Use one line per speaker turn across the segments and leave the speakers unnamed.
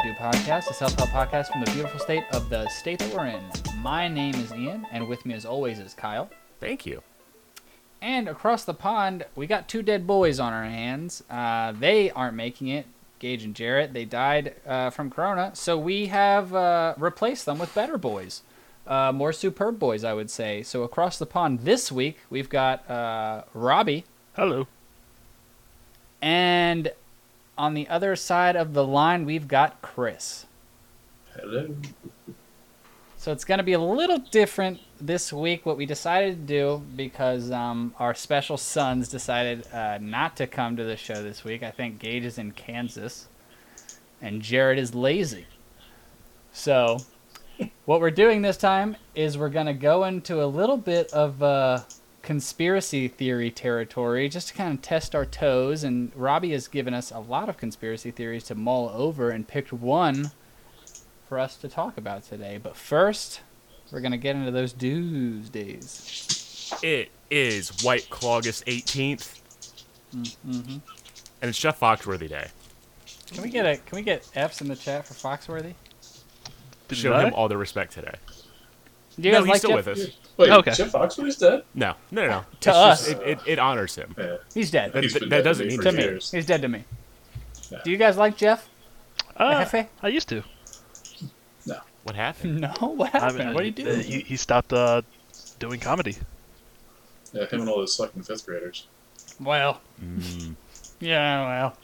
podcast, a self help podcast from the beautiful state of the state that we're in. My name is Ian, and with me, as always, is Kyle.
Thank you.
And across the pond, we got two dead boys on our hands. Uh, they aren't making it. Gage and Jarrett, they died uh, from Corona, so we have uh, replaced them with better boys, uh, more superb boys, I would say. So across the pond this week, we've got uh, Robbie,
Hello.
and on the other side of the line, we've got Chris.
Hello.
So it's going to be a little different this week. What we decided to do because um, our special sons decided uh, not to come to the show this week. I think Gage is in Kansas, and Jared is lazy. So what we're doing this time is we're going to go into a little bit of uh, conspiracy theory territory just to kind of test our toes. And Robbie has given us a lot of conspiracy theories to mull over and picked one for us to talk about today. But first, we're gonna get into those Tuesdays.
It is White Claw August 18th.
Mm-hmm.
And it's Jeff Foxworthy Day.
Can we get a can we get F's in the chat for Foxworthy?
Did
Show
I?
him all the respect today.
Do you
no,
guys
he's
like
still
Jeff-
with us.
Wait,
Okay.
Jeff Foxworthy's dead?
No, no, no. no.
To
It's
us.
just- it, it, it honors him.
Yeah.
He's dead.
That-
He's
that-
been
that
dead
doesn't
to me
mean
for
to me,
years.
he's dead to me.
Yeah.
Do you guys like Jeff?
Uh,
Hefe?
I used to.
What happened?
No. What
I
happened?
mean,
what do you
uh,
do?
He, he stopped uh, doing comedy.
Yeah, him and all those fucking fifth graders.
Well,
Mm.
yeah, well, Hmm.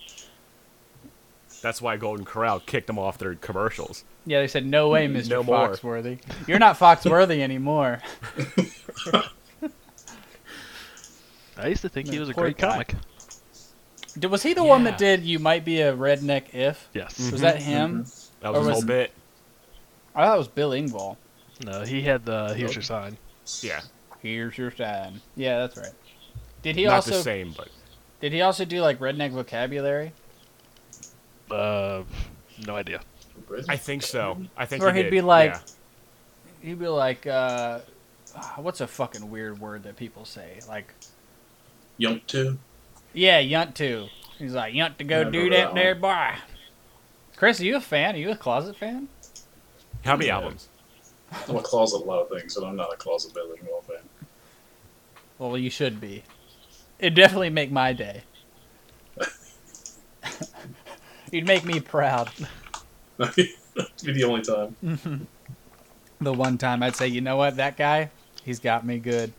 That's why Golden Corral kicked him off their commercials.
yeah. They said no way, Mister
Mm, No more.
Foxworthy. You're not Foxworthy anymore.
I used to think he was a
Poor
great
guy.
comic.
Did- Was he the one
Yeah.
that
Mm-hmm.
did "You Might Be a Redneck If"?
Yes.
Was that him?
That
Or
was his
was-
whole bit.
I thought it was Bill Engvall.
No, he had the here's your sign.
Yeah.
Here's your sign. Yeah, that's right. Did he
Not
also
the same, but
Did he also do like redneck vocabulary?
Uh, no idea.
I think so. I think
Or
he
he'd
did.
be like-
Yeah.
He'd be like, uh, ah, what's a fucking weird word that people say? Like,
Yump too.
yeah, yunt to. He's like, yunt to go
Remember
do that
that
there, boy. Chris, are you a fan? Are you a closet fan?
How many
Hmm.
Yeah.
albums?
I'm a closet a lot of things, but I'm not a closet Bill Engvall fan.
Well, you should be. It'd definitely make my day. You'd make me proud.
That'd be the only time.
The one time I'd say, you know what, that guy, he's got me good.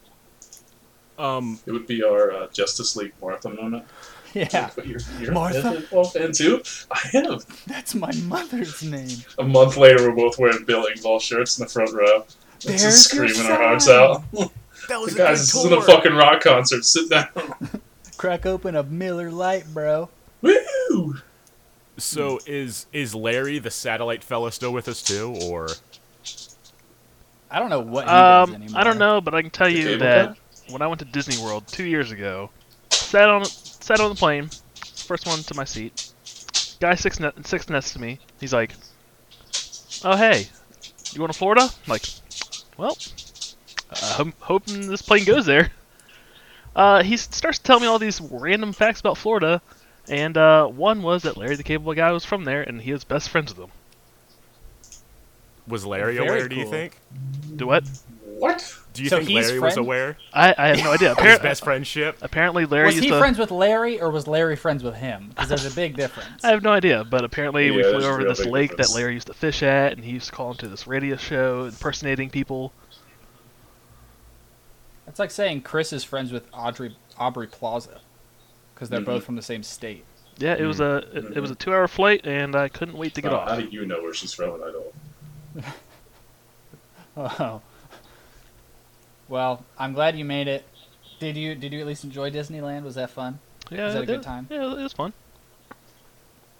Um,
It would be our uh, Justice League Martha moment.
Yeah,
But you're, you're
Martha?
a Bill Engvall fan too? I am.
that's my mother's name.
A month later, we're both wearing Bill Engvall shirts in the front row.
There's
just
your
screaming our hearts
sign.
out.
that was
Guys, this isn't a fucking rock concert. Sit down.
Crack open a Miller Light, bro.
Woo!
Hmm.
So is is Larry the satellite fella still with us too, or
I don't know what he does
Um,
anymore.
I don't know, but I can tell you
cable
that
guy?
when I went to Disney World two years ago, sat on sat on the plane, first one to my seat. Guy six ne- six next to me. He's like, "Oh hey, you going to Florida?" I'm like, well, I'm hoping this plane goes there. Uh, he s- starts to tell me all these random facts about Florida, and uh, one was that Larry the Cable Guy was from there, and he was best friends with him.
was Larry
Very
aware? Do you
cool.
think?
Do what?
What?
Do you
So
think
he's
Larry was
friend-
aware?
I, I have no idea.
His
Appar-
best friendship.
apparently, Larry
Was
used
he
to.
friends with Larry, or was Larry friends with him? Because there's a big difference.
I have no idea, but apparently we
Yeah,
flew
there's a
over
real
this
big
lake
difference.
that Larry used to fish at, and he used to call into this radio show impersonating people.
It's like saying Chris is friends with Audrey Aubrey Plaza, because they're
Mhm.
both from the same state.
Yeah, it was
Hmm.
a it, it was a two-hour flight, and I couldn't wait to get
Uh, how
off.
do you know where she's from? I don't.
Oh. Well, I'm glad you made it. Did you Did you at least enjoy Disneyland? Was that fun?
Yeah,
was that a good
it-
time?
Yeah, it was fun.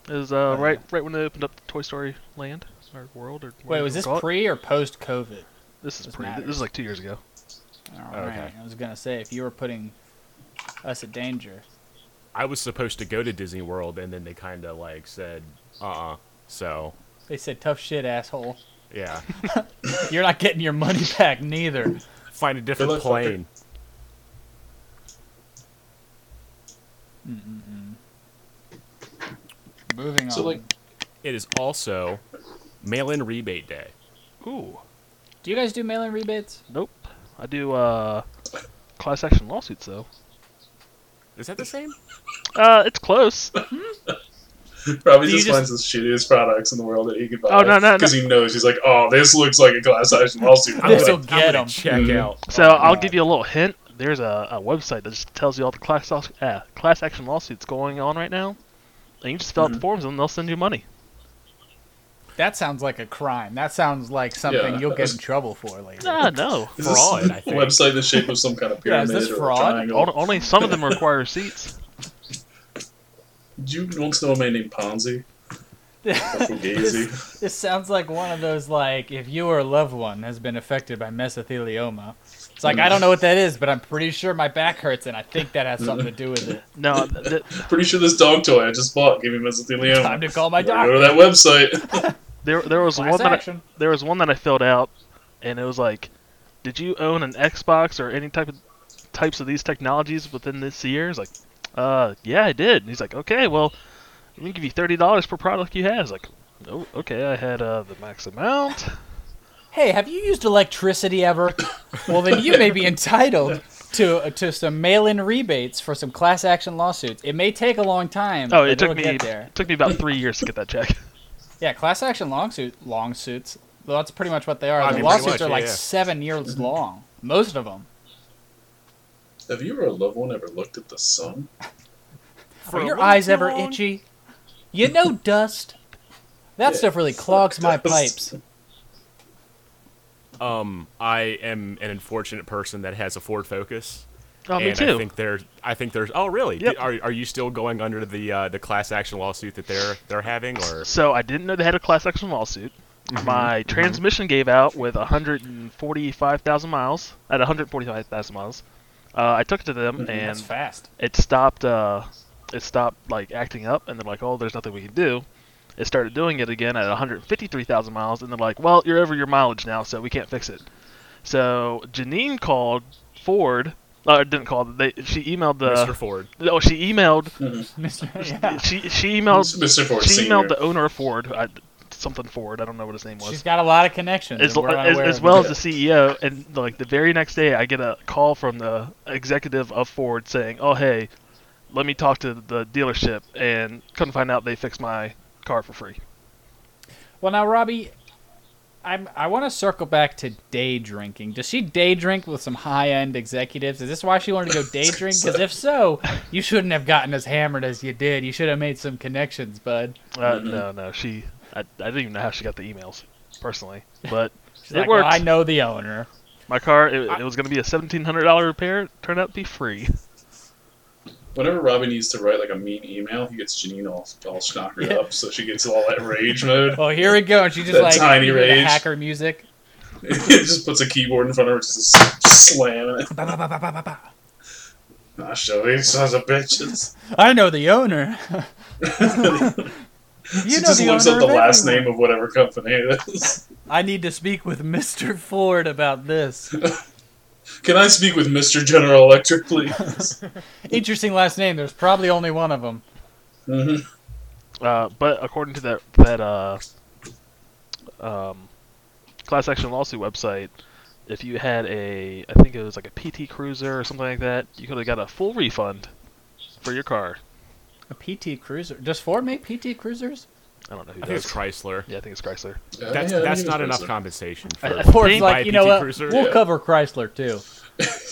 It was uh,
yeah.
right right when they opened up Toy Story Land or World or
Wait,
whatever
was
you
this
call it.
pre or post COVID?
This is
this
pre. This
matters.
is like two years ago. Oh,
All
Okay.
right. I was gonna say if you were putting us at danger.
I was supposed to go to Disney World, and then they kind of like said, "Uh." uh So
They said tough shit, asshole.
yeah,
You're not getting your money back neither.
find a different
luck, fucker.
plane.
Moving on.
So like,
It is also mail-in rebate day.
Ooh.
Do you guys do mail-in rebates?
Nope. I do uh, class action lawsuits though.
Is that the same?
Uh, it's close.
Probably
Do you
just,
just-
finds the shittiest products in the world that he could buy.
Oh, no, no, no.
Because he knows he's like, oh, this looks like a class action lawsuit.
I'm
This'll
gonna,
get
I'm gonna
'em.
check
Mhm.
out.
So
Oh,
I'll
God.
give you a little hint. There's a, a website that just tells you all the class aus- uh, class action lawsuits going on right now, and you just fill out the
Hmm.
forms and they'll send you money.
That sounds like a crime. That sounds like something
Yeah.
you'll get in trouble for later.
Ah, no.
Is
Fraud,
this
I think.
website in the shape of some kind of
Yeah, is
pyramid
this
or
fraud?
a triangle?
On- Only some of them require receipts.
Did you once know a man named Ponzi? Fugazi?
this, this sounds like one of those like if you or a loved one has been affected by mesothelioma. It's like I don't know what that is, but I'm pretty sure my back hurts, and I think that has something to do with it.
No, th- th-
Pretty sure this dog toy I just bought gave me mesothelioma.
Time to call my
Gotta Go
doctor.
to that website.
there there was one
Class
that I,
action.
there was one that I filled out, and it was like, did you own an Xbox or any type of types of these technologies within this year? It's like, uh, yeah, I did. And he's like, okay, well, let me give you thirty dollars per product you had. I was like, oh, okay, I had uh, the max amount.
Hey, have you used electricity ever? well, then you may be entitled to to some mail-in rebates for some class action lawsuits. It may take a long time.
Oh,
but
it took
it'll
me
Get there.
it took me about three years to get that check.
Yeah, class action lawsuit long suits. Well, that's pretty much what they are.
I
the
mean, pretty
lawsuits
much,
are
yeah,
like
yeah.
seven years long. Most of them.
Have you or a loved one ever looked at the sun?
Are your
a little
eyes
too
ever
long?
itchy? You know dust. That
Yeah.
stuff really clogs my pipes.
Um, I am an unfortunate person that has a Ford Focus.
Oh, me
and I
too.
think there's. I think there's. Oh, really?
Yep.
Are, are you still going under the uh, the class action lawsuit that they're they're having, or
So I didn't know they had a class action lawsuit.
Mm-hmm.
My transmission gave out with 145,000 miles. At 145,000 miles, uh, I took it to them
Mm-hmm,
That's
and
fast.
it stopped. Uh, it stopped like acting up, and they're like, "Oh, there's nothing we can do." It started doing it again at 153,000 miles, and they're like, "Well, you're over your mileage now, so we can't fix it." So Janine called Ford. Uh, didn't call. They she emailed the.
Mr. Ford?
Oh, she emailed.
yeah.
She she emailed.
Mr. Ford
She
Senior.
emailed the owner of Ford, I, something Ford. I don't know what his name
She's
was.
got a lot of connections.
As,
and we're
as,
unaware
as
of
well
it.
as the CEO, and like the very next day, I get a call from the executive of Ford saying, "Oh hey, let me talk to the dealership," and couldn't find out they fixed my car for free.
Well, now, Robbie, I'm, I want to circle back to day drinking. Does she day drink with some high end executives? Is this why she wanted to go day drink? Because if so, you shouldn't have gotten as hammered as you did. You should have made some connections, bud.
Uh, No, no, she. I, I don't even know how she got the emails, personally, but
She's
it
like,
worked.
Well, I know the owner.
My car, it, it was going to be a seventeen hundred dollar repair, turned out to be free.
Whenever Robbie needs to write like a mean email, he gets Janine all, all schnockered up, so she gets all that rage mode.
Oh, here we go. And she just
That
like
tiny
you know, the
rage.
hacker music.
he just puts a keyboard in front of her, just slamming it.
Ba, ba, ba, ba, ba, ba, ba.
I show these sons of bitches.
I know the owner. you
she
know
just
the
looks
owner
up the
of
last
everyone.
name of whatever company it is.
I need to speak with Mr. Ford about this.
Can I speak with Mr. General Electric, please?
Interesting last name. There's probably only one of them.
Mhm.
Uh, but according to that that uh, um, class action lawsuit website, if you had a, I think it was like a PT Cruiser or something like that, you could have got a full refund for your car.
A PT Cruiser. Does Ford make PT Cruisers?
I don't know who
I think it's
does.
Chrysler.
yeah, I think it's Chrysler.
Yeah,
That's
Oh, yeah, I
that's
think
not
it's
enough
Chrysler.
compensation
I
for.
think-
Uh, Ford's
Buy
like,
a
you know
PT
what?
Cruiser?
We'll
Yeah.
cover Chrysler too.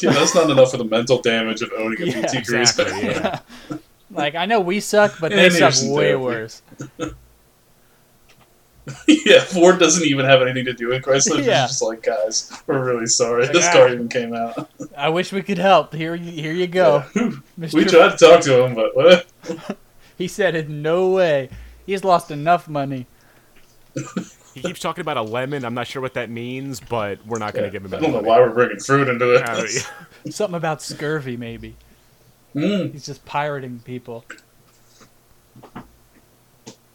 Yeah, that's not enough for the mental damage of owning a
Yeah,
PT Cruise.
Exactly. Yeah.
Like I know we suck, but
Yeah,
they
they need
suck
some
way
therapy.
worse.
yeah, Ford doesn't even have anything to do with Chrysler.
Yeah.
Yeah. just like, guys, we're really sorry.
Like,
this
ah.
car even came out.
I wish we could help. Here, you, here you go,
We
Mister.
tried to talk to him, but uh, what?
He said, "In no way." He's lost enough money.
He keeps talking about a lemon. I'm not sure what that means, but we're not going to give him.
I
any
don't know
money.
why we're bringing fruit into
Uh, yeah.
this.
Something about scurvy, maybe.
Mm,
He's just pirating people.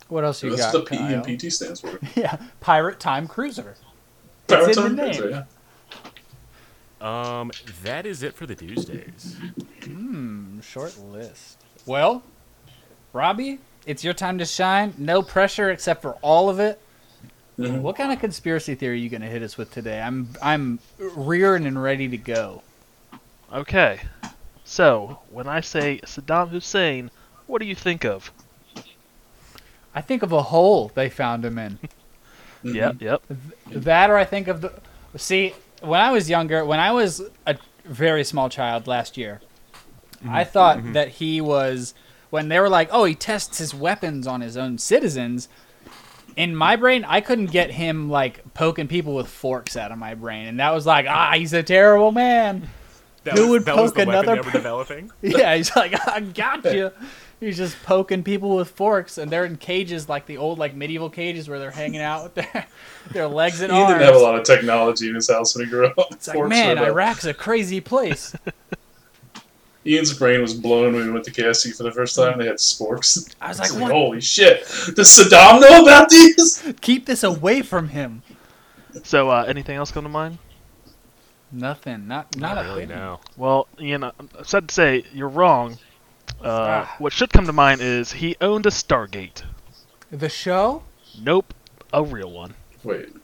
What else you
that's
got?
what the E PE
Kyle?
and PT stands for.
Yeah, pirate time cruiser.
Power
in the
Time
name.
Cruiser, yeah.
Um, that is it for the Tuesdays.
Hmm, Short list. Well, Robbie, it's your time to shine. No pressure except for all of it.
Mhm.
What kind of conspiracy theory are you going to hit us with today? I'm I'm rearing and ready to go.
Okay. So, when I say Saddam Hussein, what do you think of?
I think of a hole they found him in.
Mm-hmm.
Mhm.
Yep, yep.
That, or I think of the. See, when I was younger, when I was a very small child last year,
Mm-hmm.
I thought that he was. When they were like, oh, he tests his weapons on his own citizens, in my brain, I couldn't get him, like, poking people with forks out of my brain. And that was like, ah, he's a terrible man.
That
Who
was,
would
that was
poke
the
another
weapon they
per-
were developing?
Yeah, he's like, I got you. He's just poking people with forks, and they're in cages like the old, like medieval cages where they're hanging out with their, their legs and
He
arms.
didn't have a lot of technology in his house when he grew up.
It's like, man,
Forks were about-
Iraq's a crazy place.
Ian's brain was blown when we went to KFC for the first time. They had sporks.
I was like,
It's like, oh.
what?
holy shit! Does Saddam know about these?
Keep this away from him.
So, uh, anything else come to mind?
Nothing. Not not,
Not
a
really,
thing.
no.
Well, Ian, I- I'm sad to say, you're wrong. Uh,
Ah.
what should come to mind is he owned a Stargate.
The show?
Nope, a real one.
Wait.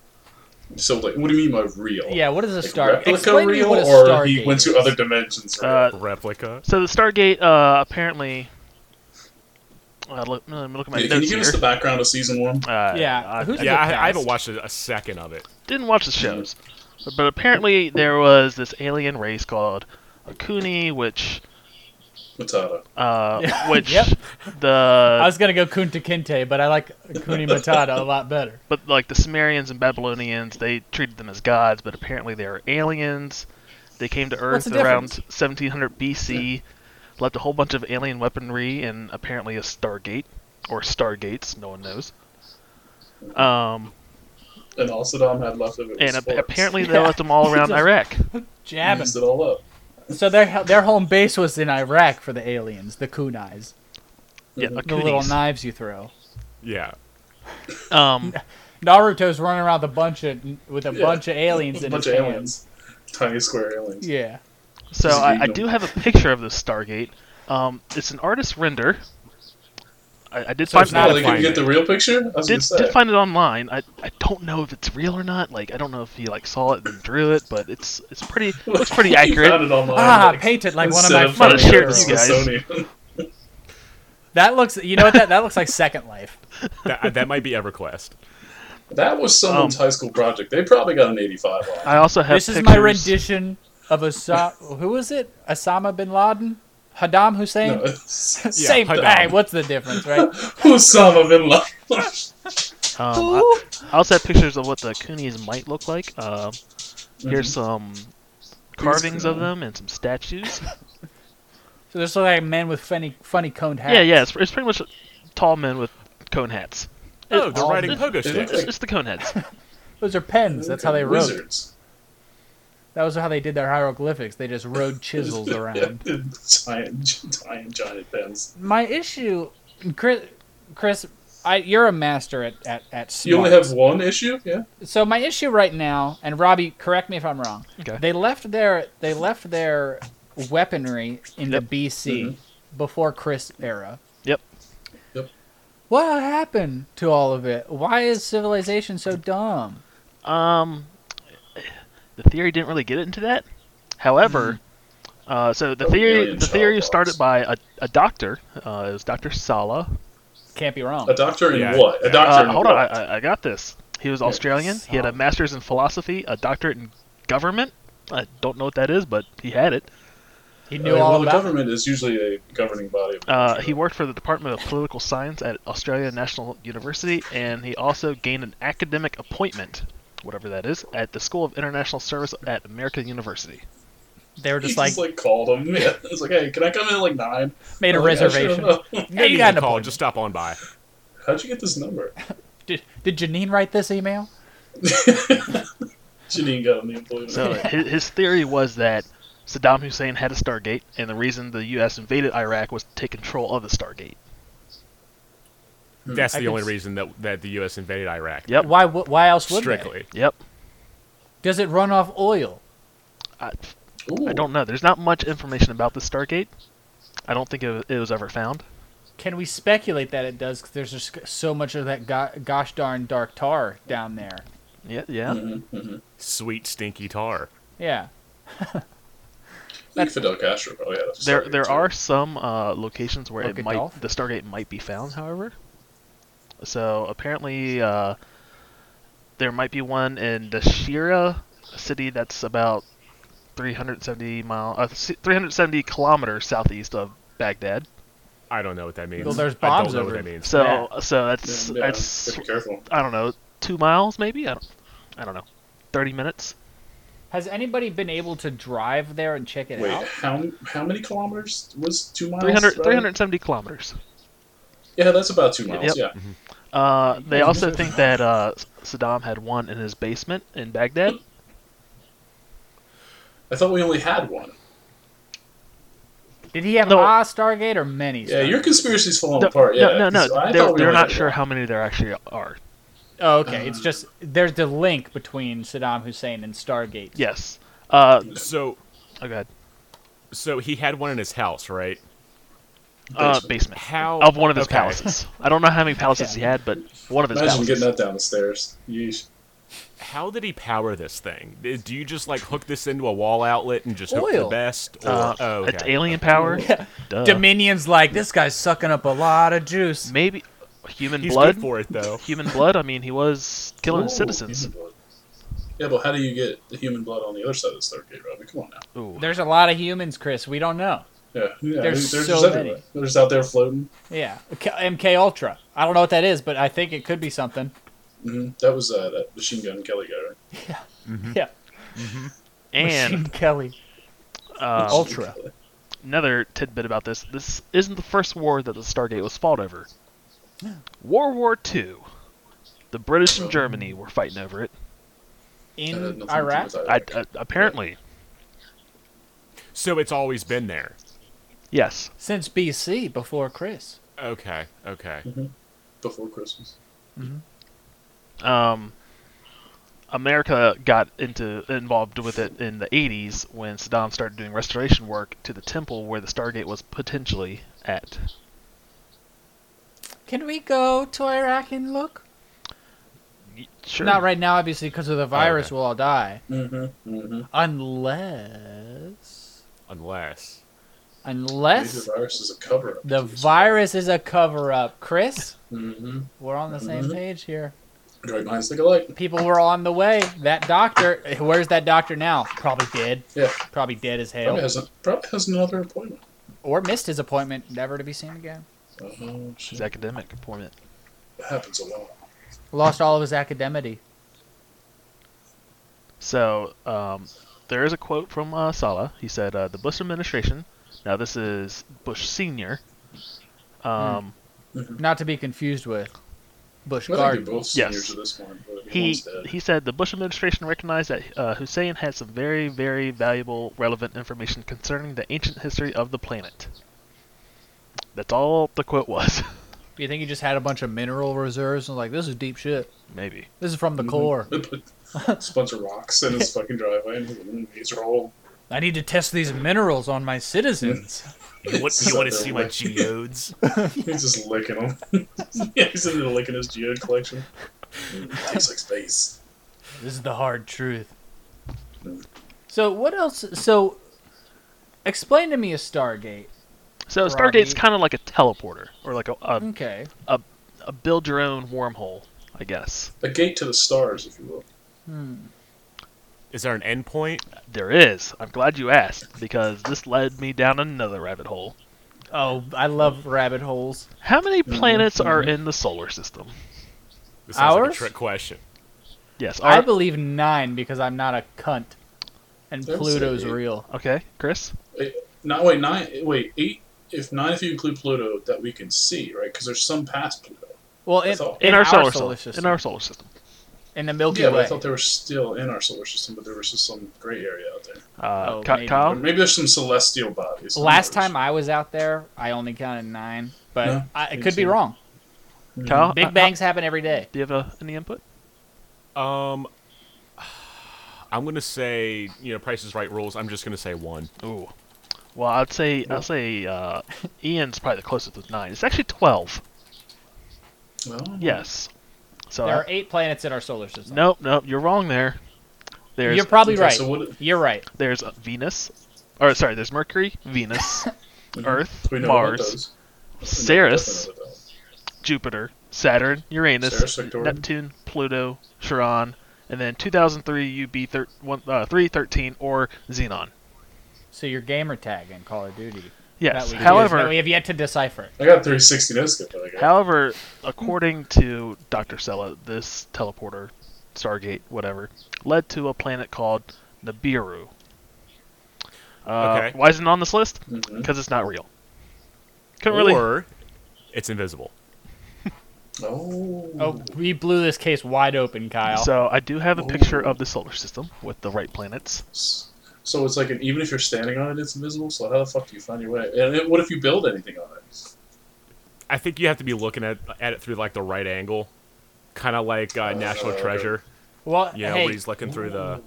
So, like, what do you mean by real?
Yeah. What is a
Like,
star?
replica
Explain to me
real,
what a
or he
Stargate
went to
is.
other dimensions?
Uh,
Replica.
So the Stargate uh, apparently. Uh, look, let me look at my
Yeah,
notes
can you give
here.
us the background of season one?
uh,
Yeah,
I,
who's
I
Yeah,
Okay.
I, I haven't watched a, a second of it.
didn't watch the shows, but apparently there was this alien race called Akuni, which
Mm-hmm. Matata.
uh,
Yeah,
which
yep. I
the
was gonna go Kunta Kinte, but I like Kuni Matata a lot better.
but like the Sumerians and Babylonians, they treated them as gods, but apparently they are aliens. They came to
What's
Earth
the
around
difference?
1700 BC, left a whole bunch of alien weaponry and apparently a Stargate or Stargates, no one knows. Um,
And all Saddam had left of it was
and ap-
sporks.
apparently they
Yeah.
left them all around
Just-
Iraq.
He
Jabbing.
used it all up.
So their their home base was in Iraq for the aliens, the kunais,
Yeah,
Mhm.
the little
Akunis.
knives you throw.
Yeah.
Um,
Naruto's running around with a bunch of with a
Yeah.
bunch of aliens in
bunch
his
of
hands.
aliens. Tiny square aliens.
Yeah.
So
Just
I,
read
I
them.
do have a picture of this Stargate. Um, it's an artist render. I, I did
So
find
it's not
Oh,
a
they couldn't
find
get
it.
the real picture? I was
did,
gonna say.
did find it online. I, I don't know if it's real or not. Like I don't know if he like saw it and drew it, but it's it's pretty looks pretty
You
accurate.
found it online,
Ah,
like,
paint it like one of my
instead of finding
favorite
Mother
it
shared
on
this
heroes.
guy. guys.
Smithsonian.
That looks. You know what that that looks like Second Life.
That, that might be EverQuest.
That was someone's
Um,
high school project. They probably got an 85 on. it.
I also have
This is my
pictures.
rendition of Asa- who is it? Osama bin Laden, Haddam Hussein.
No, uh, it's-
Same.
Haddam.
Hey, what's the difference, right?
Osama bin Laden.
Um, I,
Uh,
I also have pictures of what the Coonies might look like. Um, here's some carvings of
cool.
them and some statues.
so this looks like men with funny funny coned hats.
yeah, yeah. It's, it's pretty much tall men with cone hats.
Oh, they're
all
riding
the-
pogo
it-
It's
sticks.
it's the cone heads.
Those are pens. That's how they wrote.
Wizards.
That was how they did their hieroglyphics. They just rode chisels around.
giant, giant, giant pens.
My issue, Chris, Chris, I, you're a master at at at smarts.
You only have one issue? Yeah.
so my issue right now, and Robbie, correct me if I'm wrong.
Okay.
They left their they left their weaponry in
Yep.
the BC before Chris era.
Yep.
Yep.
What happened to all of it? Why is civilization so dumb?
Um, the theory didn't really get into that. However, uh, so the
Oh,
theory
alien
the theory
child
started
dogs.
by a, a doctor. Uh, it was Doctor Sala.
Can't be
A
wrong.
doctor in
Yeah,
what? A
yeah.
doctor
Uh,
in
hold
what?
on, I, I- I got this. He was Australian. He had a
Sala.
master's in philosophy, a doctorate in government. I don't know what that is, but he had it.
He
I
knew
mean,
all
well, the
about
government is usually a governing body. of a
Uh,
country,
he
right?
worked for the Department of Political Science at Australia National University, and he also gained an academic appointment, whatever that is, at the School of International Service at American University.
it. They were
He
just like,
called him. Yeah, it's like, hey, can I come in at like nine?
made a
I'm like, "I sure
reservation.
will."
Yeah, you
Maybe
got an
they call.
appointment.
Just stop on by.
Mm,
How'd you get this number?
Did, did Janine write this email?
Janine got on the employment.
So his, his theory was that Saddam Hussein had a Stargate, and the reason the U.S. invaded Iraq was to take control of the Stargate.
That's
I
the
can
only
s-
reason that, that the U.S. invaded Iraq.
Yep.
Why? wou- Why else would they?
Strictly.
Yep.
Does it run off oil?
I,
Ooh,
I don't know. There's not much information about the Stargate. I don't think it, wa- it was ever found.
Can we speculate that it does? 'Cause there's just so much of that go- gosh darn dark tar down there.
Yeah, yeah.
Mm-hmm, mm-hmm.
Sweet stinky tar.
Yeah.
I think Fidel Castro probably had a
There
Stargate,
there
too.
are some uh, locations where
Look
it
at
might
Dolph.
the Stargate might be found, however. So apparently uh, there might be one in Dashira, a city that's about 370 mile uh, si- 3370 kilometers southeast of Baghdad.
I don't know what that means.
Well, there's
I
bombs
don't know
over
what that
it.
means.
So
Yeah.
so that's
Yeah, yeah,
that's
be careful.
I don't know, 2 miles maybe. I don't, I don't know. 30 minutes.
Has anybody been able to drive there and check it
Wait,
out?
how how many kilometers was two miles?
300,
Robin?
370 kilometers.
Yeah, that's about two miles.
Yep.
Yeah.
Uh, they also think that uh, Saddam had one in his basement in Baghdad.
I thought we only had one.
Did he have
No.
a Stargate or many?
Yeah, your
Stargates?
conspiracy's falling
No,
apart. Oh, Yeah,
no, no,
'cause
no.
I thought
They're,
we
they're
only
not
had
sure
one.
how many there actually are.
Oh, okay. it's just there's the link between Saddam Hussein and Stargate.
Yes. Uh,
So
oh god.
so he had one in his house, right?
Uh,
Basement.
basement
How
of one of his
okay.
palaces. I don't know how many palaces he had, but one of his
Imagine getting
palaces.
that down the stairs. Yeesh.
How did he power this thing? I- Do you just like hook this into a wall outlet and just hope for
Oil.
the best? Or,
Uh,
oh, okay.
It's alien power. Duh.
Dominion's like this guy's sucking up a lot of juice.
Maybe human
He's
blood.
good for it though.
Human blood. I mean, he was killing
Ooh,
his citizens.
human blood. Yeah, but how do you get the human blood on the other side of the Stargate, Robbie? Come on now.
Ooh.
There's a lot of humans, Chris. We don't know.
Yeah, yeah
There's
they're,
so
just everywhere.
many.
They're just out there floating.
Yeah, K- MK Ultra. I don't know what that is, but I think it could be something.
hmm That was uh, that machine gun Kelly guy, right?
Yeah, Machine
And
Kelly
um,
Ultra.
another tidbit about this: this isn't the first war that the Stargate was fought over. World War II. The British and Germany were fighting over it.
That had
in
nothing to do
Iraq.
with
I, I, apparently,
So it's always been there.
yes.
Since BC, before Chris.
Okay. Okay.
before Christmas.
um, America got into involved with it in the 80s when Saddam started doing restoration work to the temple where the Stargate was potentially at.
Can we go to Iraq and look?
Y- Sure.
Not right now, obviously, because of the virus.
okay.
We'll all die
Mm-hmm. Mm-hmm.
unless,
Unless
unless
the virus is a cover up.
The virus is a cover up. Chris,
Mm-hmm.
we're on the same
Mhm.
page here.
Great minds think alike.
People were on the way. That doctor, where's that doctor now? Probably dead.
Yeah.
Probably dead as
Probably
hell.
has, a, probably has another appointment.
Or missed his appointment, never to be seen again.
Oh, shit.
His academic appointment.
That happens a lot.
Lost all of his academity.
So um, there is a quote from uh, Sala. He said, uh, "The Bush administration. Now this is Bush Senior.
Hmm.
Um,
Not to be confused with Bush
Well, I think they're
Gardner.
both seniors
Yes.
at this point. but if
He
one's dead-
he said the Bush administration recognized that uh, Hussein had some very very valuable relevant information concerning the ancient history of the planet. That's all the quote was.
Do you think he just had a bunch of mineral reserves and was like, this is deep shit?
Maybe.
This is from
Mm-hmm.
the core.
It's a bunch of rocks in his fucking driveway, and he's like, "Mm, these are all
I need to test these minerals on my citizens.
you want,
It's
you want to
so
see my
weird.
geodes?
He's just licking them. yeah, he's in there licking his geode collection. Tastes like space.
This is the hard truth. So, what else? So, explain to me a Stargate.
So
Robbie-
Stargate's kind of like a teleporter or like a, a,
Okay.
a build your own wormhole, I guess.
A gate to the stars, if you will.
Hmm.
Is there an endpoint?
There is. I'm glad you asked because this led me down another rabbit hole.
Oh, I love rabbit holes.
How many
Mm-hmm.
planets are in the solar system?
This sounds like a
Ours?
trick question.
Yes.
I
Are,
believe nine because I'm not a cunt, and
Don't say
Pluto's
eight.
real.
okay, Chris.
No, wait, nine. Wait, eight. If nine, if you include Pluto, that we can see, right? Because there's some past Pluto.
Well,
I
in,
thought-
in, our, solar, system,
In our solar system.
in the Milky
Yeah, but I
Way.
thought they were still in our solar system, but there was just some gray area out there.
Uh,
Oh,
Ka-
maybe.
Or
Kyle.
maybe there's some celestial bodies.
Last time I was out there, I only counted nine, but
No,
I, it
me
could be
too.
wrong.
Hmm.
Kyle. uh,
Big bangs happen every day.
Do you have uh, any input?
Um, I'm gonna say you know Price is Right rules. I'm just gonna say one.
Ooh. Well, I'd say I'd say uh, Ian's probably the closest with nine. It's actually twelve.
Well,
Yes. So
There are eight planets in our solar system.
nope, nope, you're wrong there. There's
you're probably
okay,
right.
so what-
You're right.
there's Venus, or sorry, there's Mercury, Venus, Earth,
we know about
Mars,
those.
Ceres,
We know definitely about
Jupiter, Saturn, Uranus,
Ceres, Victoria.
Neptune, Pluto, Charon, and then 2003 UB thir- one, uh, 313 or Xenon.
So your gamer tag in Call of Duty.
Yes.
that we
However,
that we have yet to decipher.
I got 360 no scope. but I got-
However, according to Dr. Sella, this teleporter, Stargate, whatever, led to a planet called Nibiru. Uh,
Okay.
Why isn't it on this list?
Mhm.
Because it's not real. Couldn't really.
Or it's invisible.
Oh.
Oh, we blew this case wide open, Kyle.
So I do have a picture
Ooh.
of the solar system with the right planets.
So it's like an, even if you're standing on it, it's invisible. So how the fuck do you find your way? And it, what if you build anything on it?
I think you have to be looking at at it through like the right angle, kind of like uh, National
okay.
Treasure.
well,
You know,
hey,
where he's looking through the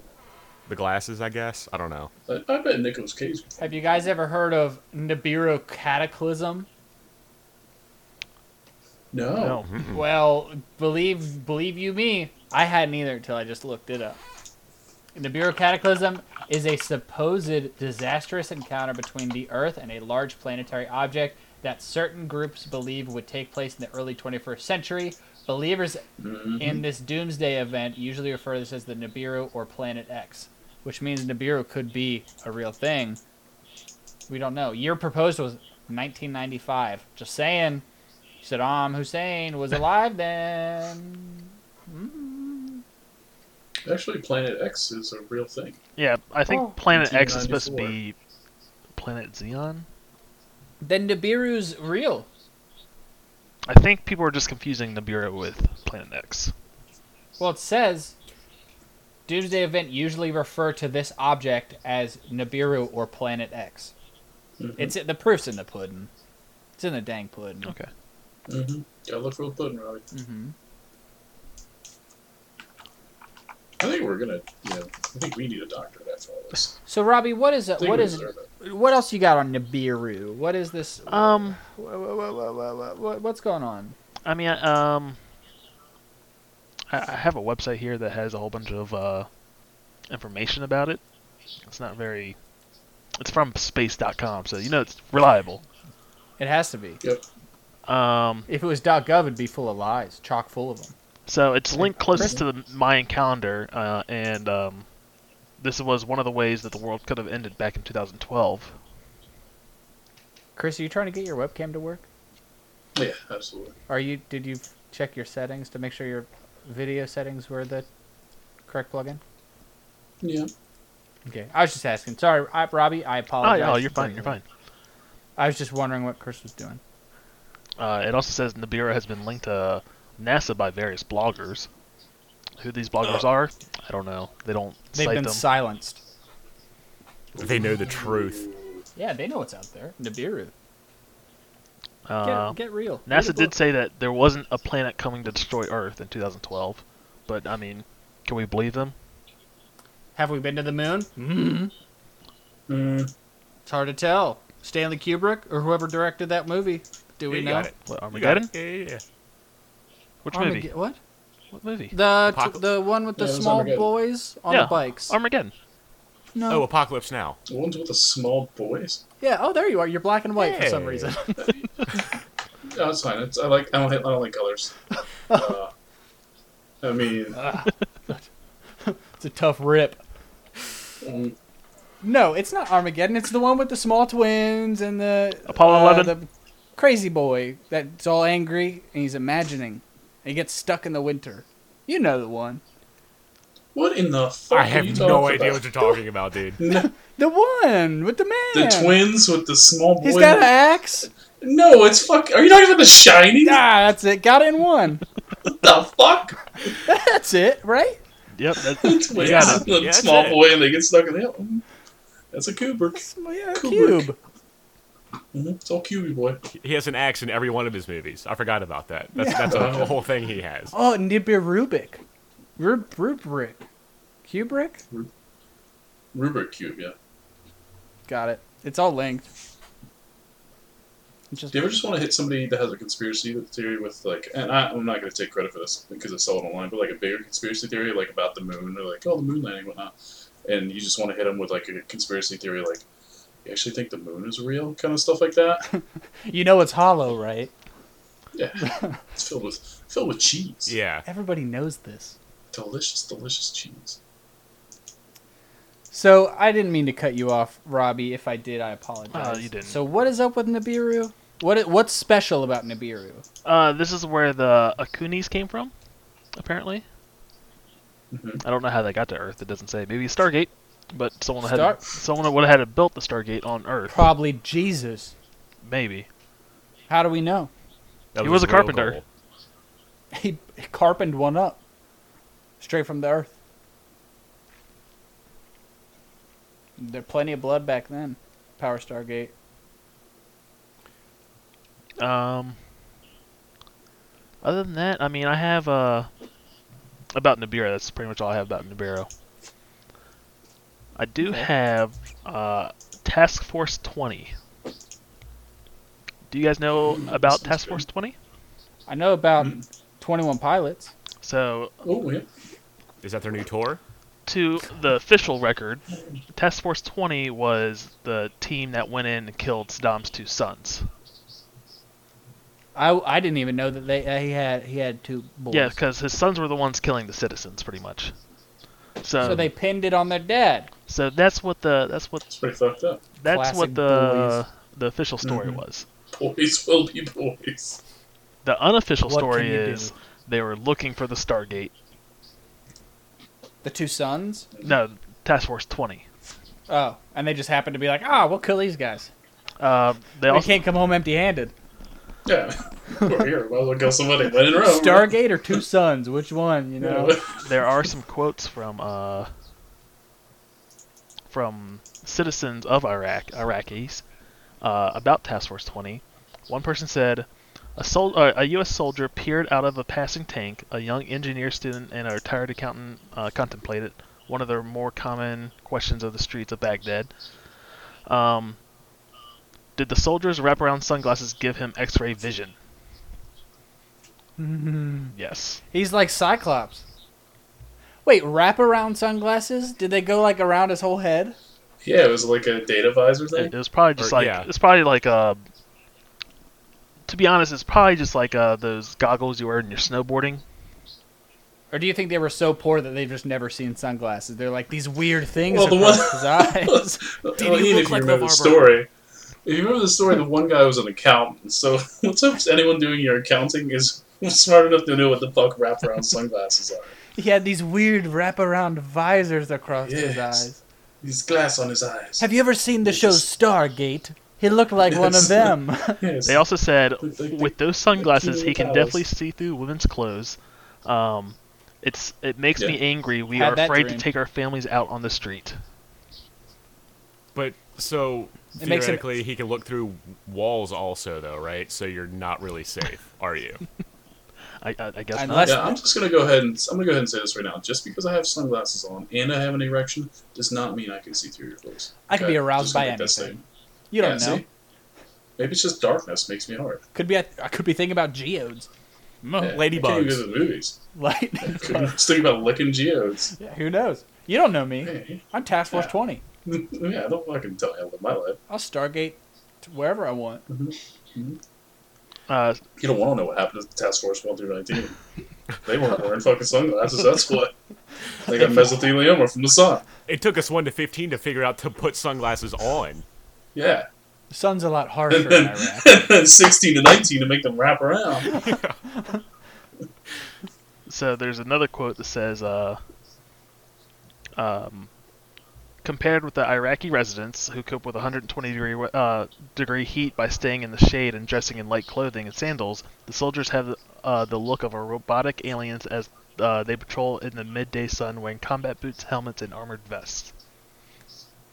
the glasses. I guess I don't know.
I, I bet Nicolas Cage.
have you guys ever heard of Nibiru Cataclysm?
No.
No.
Hmm.
Mm-hmm.
Well, believe believe you me, I hadn't either until I just looked it up. The Bureau Cataclysm is a supposed disastrous encounter between the Earth and a large planetary object that certain groups believe would take place in the early 21st century. Believers
Mm-hmm.
in this doomsday event usually refer to this as the Nibiru or Planet X, which means Nibiru could be a real thing. We don't know. Year proposed was 1995. Just saying. Saddam Hussein was alive then. Mm.
Actually, Planet X is a real thing.
Yeah, I think
Oh.
Planet X is supposed to
1994.
be Planet Xeon.
Then Nibiru's real.
I think people are just confusing Nibiru with Planet X.
Well, it says Doomsday event usually refer to this object as Nibiru or Planet X.
Mhm.
It's the proof's in the pudding. It's in the dang pudding.
Okay.
Mm-hmm. Gotta look for the pudding, Robbie.
hmm
I think we're gonna. Yeah. I think we need a doctor after all this.
So Robbie, what is
I think
what
we
is
deserve it.
what else you got on Nibiru? What is this?
Um,
wha- wha- wha- wha- wha- wha- wha- what's going on?
I mean, I- um, I, I have a website here that has a whole bunch of uh, information about it. It's not very. It's from space.com, so you know it's reliable.
It has to be.
Yep.
Um,
If it was .gov, it'd be full of lies, chock full of them.
so it's linked closest to the Mayan calendar, uh, and um, this was one of the ways that the world could have ended back in 2012.
Chris, are you trying to get your webcam to work?
Yeah. Absolutely.
Are you? Did you check your settings to make sure your video settings were the correct plugin?
Yeah.
Okay, I was just asking. Sorry, I, Robbie, I
Oh,
apologize.
yeah, oh, you're fine,
for-
you're fine.
I was just wondering what Chris was doing.
Uh, it also says Nibiru has been linked to uh, NASA by various bloggers. Who these bloggers are, I don't know. They don't
Oh. They've
cite
been
them.
silenced.
They know the truth.
Yeah, they know what's out there. Nibiru. Get,
Uh,
get real. Read a
NASA
book.
did say that there wasn't a planet coming to destroy Earth in 2012, but I mean, can we believe them?
Have we been to the moon? Mm-hmm.
Mm.
It's hard to tell. Stanley Kubrick or whoever directed that movie. Do we
Yeah, you
know?
got it.
What,
You got it.
Armageddon?
Yeah, yeah, yeah.
Which
Armaged-
movie?
What?
What movie?
The
Apocalypse.
the one with the
Yeah, it was
small
Armageddon.
boys on
Yeah,
the bikes.
Armageddon.
no.
Oh, Apocalypse Now.
The ones with the small boys.
Yeah. Oh, there you are. You're black and white for some
Hey.
reason.
No, it's fine. It's, I like. I don't. I don't like colors. Uh, I mean,
Uh, it's a tough rip.
um,
No, it's not Armageddon. It's the one with the small twins and the
Apollo
uh,
11?
the crazy boy that's all angry and he's imagining. And he gets stuck in the winter. You know the one.
what in the fuck?
I
are you
have no
talking
idea
about?
what you're talking about, dude.
The one with the man.
The twins with the small boys.
He's got an axe.
No, it's fuck. Are you talking about the Shining?
Ah, that's it. Got it in one.
What the fuck?
That's it, right?
Yep. That,
The twins,
got
the
Yeah, that's
small
it.
boy, and they get stuck in the hill. That's a Kubrick.
That's my, uh,
Kubrick.
cube.
hmm It's all Cubey boy.
He has an axe in every one of his movies. I forgot about that. That's that's a, whole thing he has.
Oh, Nibir Rubik. Rub Rubric. Kubrick?
Rubric Cube, yeah.
Got it. It's all linked. It's just
Do you ever just want to hit somebody that has a conspiracy theory with like, and I, I'm not going to take credit for this because I saw it online, but like a bigger conspiracy theory like about the moon or like oh the moon landing whatnot, and you just want to hit them with like a conspiracy theory like, you actually think the moon is real kind of stuff like that.
you know it's hollow, right?
Yeah, it's filled with filled with cheese.
Yeah.
Everybody knows this.
delicious, delicious cheese.
So I didn't mean to cut you off, Robbie. If I did, I apologize.
Oh, you didn't.
So what is up with Nibiru? What i- what's special about Nibiru?
Uh, this is where the Akunis came from, apparently.
Mhm.
Mm-hmm.
I don't know how they got to Earth. It doesn't say. Maybe Stargate, but someone
Star-
had someone would have built the Stargate on Earth.
Probably Jesus.
Maybe.
How do we know?
That
He was a
real
carpenter.
goal.
He, he carpened one up straight from the earth. There plenty of blood back then. Power Stargate.
Um. Other than that, I mean, I have uh about Nibiru. That's pretty much all I have about Nibiru. I do have uh Task Force 20. Do you guys know
Hmm,
about
sounds
Task
good.
Force 20?
I know about
Hmm.
Mm.
21 pilots.
So
Oh yeah,
Is that their new tour?
to the official record, Task Force 20 was the team that went in and killed Saddam's two sons.
I, I didn't even know that they uh, he had he had two boys.
Yeah, because his sons were the ones killing the citizens, pretty much. So,
so they pinned it on their dad.
so that's what the that's what
it's pretty fucked up.
that's
Classic
what the the official story
Mm-hmm.
Mhm.
was.
Boys will be boys.
The unofficial
What can
story
you
is
do?
they were looking for the Stargate.
The two sons.
No, Task Force 20.
Oh, and they just happened to be like, ah, we'll kill these guys.
Uh, they
They
also
can't come home empty-handed.
Yeah, we're here. Might as well kill somebody. Let it roam.
Stargate or two sons? Which one? You know.
there are some quotes from uh, from citizens of Iraq, Iraqis, uh, about Task Force 20. One person said, a, sol- uh, a U.S. soldier peered out of a passing tank. A young engineer student and a retired accountant uh, contemplated one of the more common questions of the streets of Baghdad. Um, did the soldier's wraparound sunglasses give him X-ray vision? Yes.
He's like Cyclops. Wait, wraparound sunglasses? Did they go like around his whole head?
Yeah, it was like a data visor
It,
thing.
it was probably just
Or-
like
yeah.
it's probably like uh to be honest, it's probably just like uh those goggles you wear when you're snowboarding.
Or do you think they were so poor that they've just never seen sunglasses? They're like these weird things
Well, the
across
one-
his eyes.
Well,
Did he
Ian,
look
if you
like
remember the
LeVar
story, if you remember the story, the one guy was an accountant. So let's hope anyone doing your accounting is smart enough to know what the fuck wraparound sunglasses are.
he had these weird wraparound visors across his
Yes.
eyes.
He's glass on his eyes.
Have you ever seen the show
Yes.
Stargate? He looked like one of
Yes.
them.
Yes.
They also said
With the-
with those sunglasses
the
he can
towels.
definitely see through women's clothes. Um it's it makes me
Yeah.
angry. We
Had
are
that
afraid
dream.
to take our families out on the street.
But so
It makes it-
theoretically, he can look through walls also, though, right? So you're not really safe, are you?
I I, I guess
Unless-
not.
yeah, I'm just gonna go ahead and I'm gonna go ahead and say this right now. Just because I have sunglasses on and I have an erection does not mean I can see through your clothes.
I can be aroused
Just gonna
by
make that
anything.
statement.
You don't
Yeah,
know.
see? Maybe it's just darkness makes me hard.
Could be I could be thinking about geodes. Hmm. Oh,
Yeah,
Mm,
I can't even go
Ladybugs.
to the movies.
Lightning.
I'm just thinking about licking geodes.
yeah, who knows? You don't know me.
Hey,
I'm Task Force
Yeah.
20.
yeah, I don't fucking tell you how to live my life.
I'll Stargate to wherever I want.
Uh
You don't want to know what happened to Task Force 1 through 19. they weren't wearing fucking sunglasses, that's what. They got mesothelioma from the sun.
It took us one to fifteen to figure out to put sunglasses on.
Yeah.
The sun's a lot harsher
And
in
then,
Iraq.
and then 16 to 19 to make them wrap around.
So there's another quote that says, uh, um, compared with the Iraqi residents who cope with 120 degree we- uh, degree heat by staying in the shade and dressing in light clothing and sandals, the soldiers have uh, the look of a robotic aliens as uh, they patrol in the midday sun wearing combat boots, helmets, and armored vests.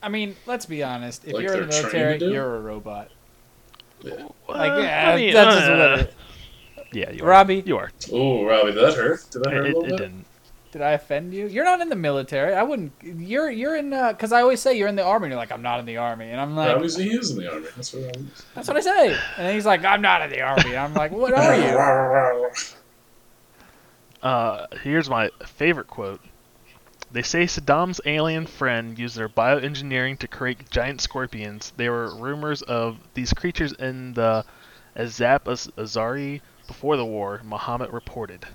I mean, let's be honest. If
Like
you're in the
they're trained to
military,
do?
you're a robot.
Yeah.
Like,
Uh,
yeah,
I mean,
that's
uh,
just what it is.
yeah, you are.
Robbie?
you are.
Oh, Robbie, did that hurt? Did that hurt
It, it
a little bit?
didn't.
Did I offend you? You're not in the military. I wouldn't. You're you're in because I always say you're in the army. and You're like I'm not in the army, and I'm
I
like
was, he is in the army. That's what I was.
that's what I say. And he's like I'm not in the army. And I'm like what are you?
Uh, here's my favorite quote. They say Saddam's alien friend used their bioengineering to create giant scorpions. There were rumors of these creatures in the Azap Az- Azari before the war, Muhammad reported.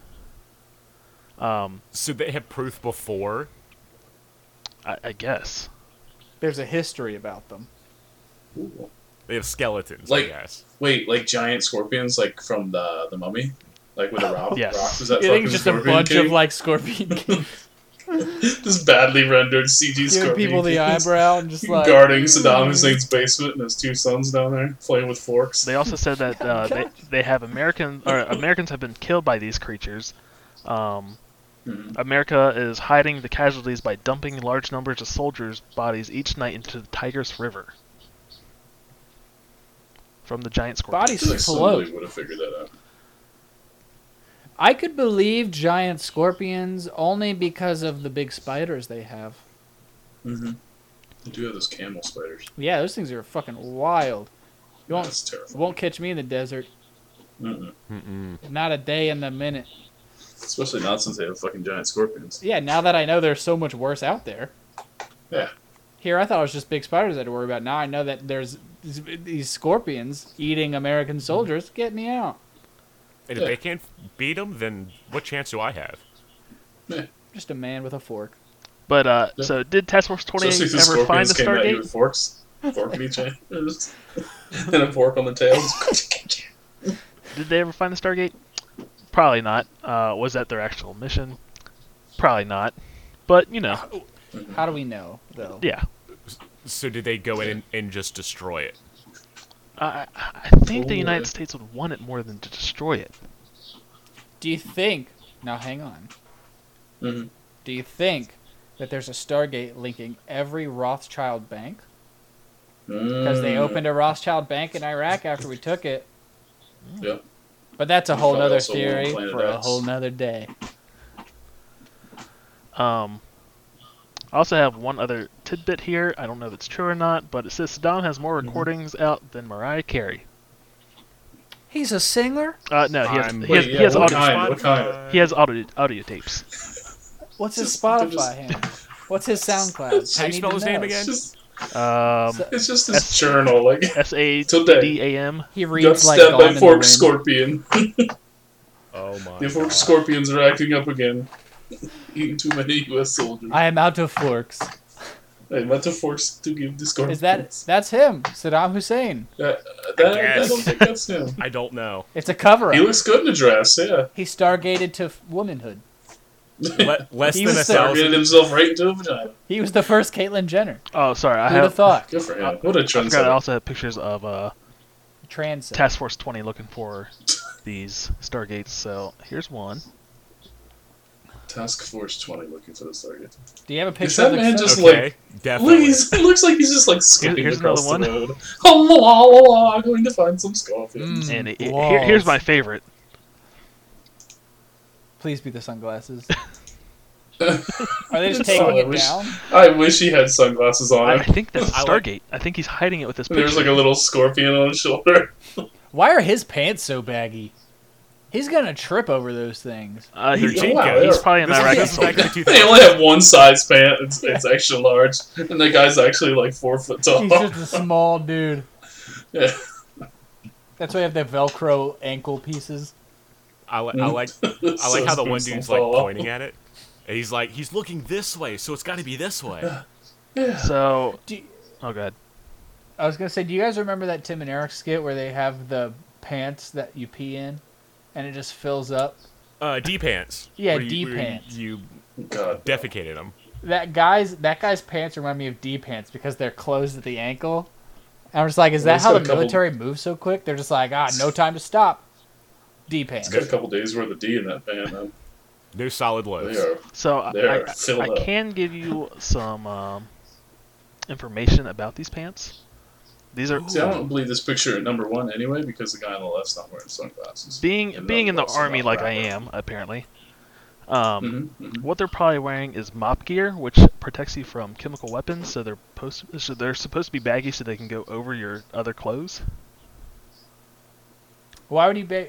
Um,
So they had proof before.
I, I guess.
There's a history about them.
Cool.
They have skeletons, I
Like-
guess.
Wait, like giant scorpions, like from the the mummy, like with the rock.
Yes.
Rocks? Is that
You think
fucking
it's just a
scorpion
bunch
king?
of like scorpion kings
this badly rendered CG
giving
scorpion
people the
kings
eyebrow and just like mm.
guarding Saddam Hussein's basement and his two sons down there playing with forks.
They also said that uh, they,
God.
they have American or Americans have been killed by these creatures. Um,
Mhm.
America is hiding the casualties by dumping large numbers of soldiers' bodies each night into the Tigris River from the giant scorpion.
I
Bodies-
feel like
Float.
somebody would have figured that out.
I could believe giant scorpions only because of the big spiders they have.
Mm-hmm. They do have those camel spiders.
Yeah, those things are fucking wild. You won't
That's terrifying.
won't catch me in the desert.
Mm-mm.
Mm-mm.
Not a day in the minute.
Especially not since they have fucking giant scorpions.
Yeah, now that I know there's so much worse out there.
Yeah.
Here, I thought it was just big spiders I had to worry about. Now I know that there's these- these scorpions eating American soldiers. Get me out.
And
Yeah.
if they can't beat them, then what chance do I have?
Just a man with a fork.
But uh,
Yeah.
so did Task Force 28
Especially if the
ever find
scorpions
the
came at you
Stargate?
with forks. Fork at each end. Just- and a fork on the tail.
Did they ever find the Stargate? Probably not. Uh, was that their actual mission? Probably not. But you know,
How do we know, though?
yeah.
So did they go in and, and just destroy it?
I, I- I think the
Cool.
United States would want it more than to destroy it.
Do you think. Now, hang on.
Mhm.
Do you think that there's a Stargate linking every Rothschild bank? Because
Mm.
they opened a Rothschild bank in Iraq after we took it.
Mm.
Yeah.
But that's a
We
whole
probably
nother
also won't
theory
plan it
for a
out.
whole nother day.
Um, I also have one other tidbit here. I don't know if it's true or not, but it says Saddam has more
Mm-hmm.
recordings out than Mariah Carey.
He's a singer?
Uh, no, he has,
I'm-
he
Wait,
has,
yeah,
he has
what
audio,
kind? What kind?
he has audio, audio tapes.
What's his
Just-
Spotify
just-
handle? What's his SoundCloud?
How
I
do you
need
spell
to
his name
know.
again?
It's just,
Um,
So-
it's just
That's-
this journal. Like,
S A
Till
D
then.
D A M.
He
got
reads like
stabbed
Gone in
by
the
fork
Wind.
scorpion.
Oh my.
The fork
God.
scorpions are acting up again. Eating too many U.S. soldiers.
I am out of forks.
I meant to force to give the scorpions. Uh,
Is that that's him? Saddam Hussein.
That, that- I,
guess.
don't think that's him.
I don't know.
It's a cover
He
up.
looks good in a dress. Yeah.
He stargated to f- womanhood.
Le- less
He
than
was
a
so-
Targeted
thousand.
himself right into a vagina.
He was the first Caitlyn Jenner.
Oh, sorry, I
Who'd have
have.
thought?
Good for him. What a
I forgot. I
trendsetter.
also have pictures of uh,
Trans.
Task Force 20 looking for these stargates. So here's one.
Task Force 20 looking for this target.
Do you have a picture
that
of the
man
man
just-
Okay, definitely.
Look, he's, it looks like he's just like skipping
here's
across the
another
road. Oh, la, la, la, I'm going to find some scorpions.
Mm.
And it, it- here,
Walls.
here's my favorite.
Please be the sunglasses. Are they just taking
Sorry, I
it
wish-
down?
I wish he had sunglasses
I,
on
I
him.
think that's
I like-
Stargate. I think he's hiding it with this picture.
There's like a little scorpion on his shoulder.
Why are his pants so baggy? He's gonna trip over those things.
uh,
They're
he-
cheap,
wow,
guys.
they
he's
are-
probably an
This is-
Iraqi
this is
soldier.
back in the 2000s.
They only have one size pant. It's, it's extra large, and that guy's actually like four foot tall.
He's just a small dude.
Yeah.
That's why you have the Velcro ankle pieces.
I, li- I like I like
So
how the one
spooks
dude's
don't
like
fall off.
pointing at it. And he's like, he's looking this way, so it's got to be this way.
So,
Do you-
oh god,
I was gonna say, do you guys remember that Tim and Eric skit where they have the pants that you pee in, and it just fills up?
Uh, D pants.
Yeah,
Where you-
D
where you-
pants.
You
God.
defecated them.
That guy's that guy's pants remind me of D pants because they're closed at the ankle. And I'm just like, is
Well,
that
he's
how
got
the
a couple-
military moves so quick? They're just like, ah, no time to stop. D pants.
It's got a couple days worth of D in that pant. man.
No solid
They
loads.
are.
so I,
They're
I-
filled
I
up.
can give you some um, information about these pants. These are
See, I don't believe this picture at number one anyway because the guy on the left's not wearing sunglasses.
being
And
being in the
nonetheless, I'm
army
not
like I
proud of it.
am apparently. Um,
Mm-hmm, mm-hmm.
What they're probably wearing is mop gear, which protects you from chemical weapons. So they're post- so they're supposed to be baggy, so they can go over your other clothes.
Why would you ba-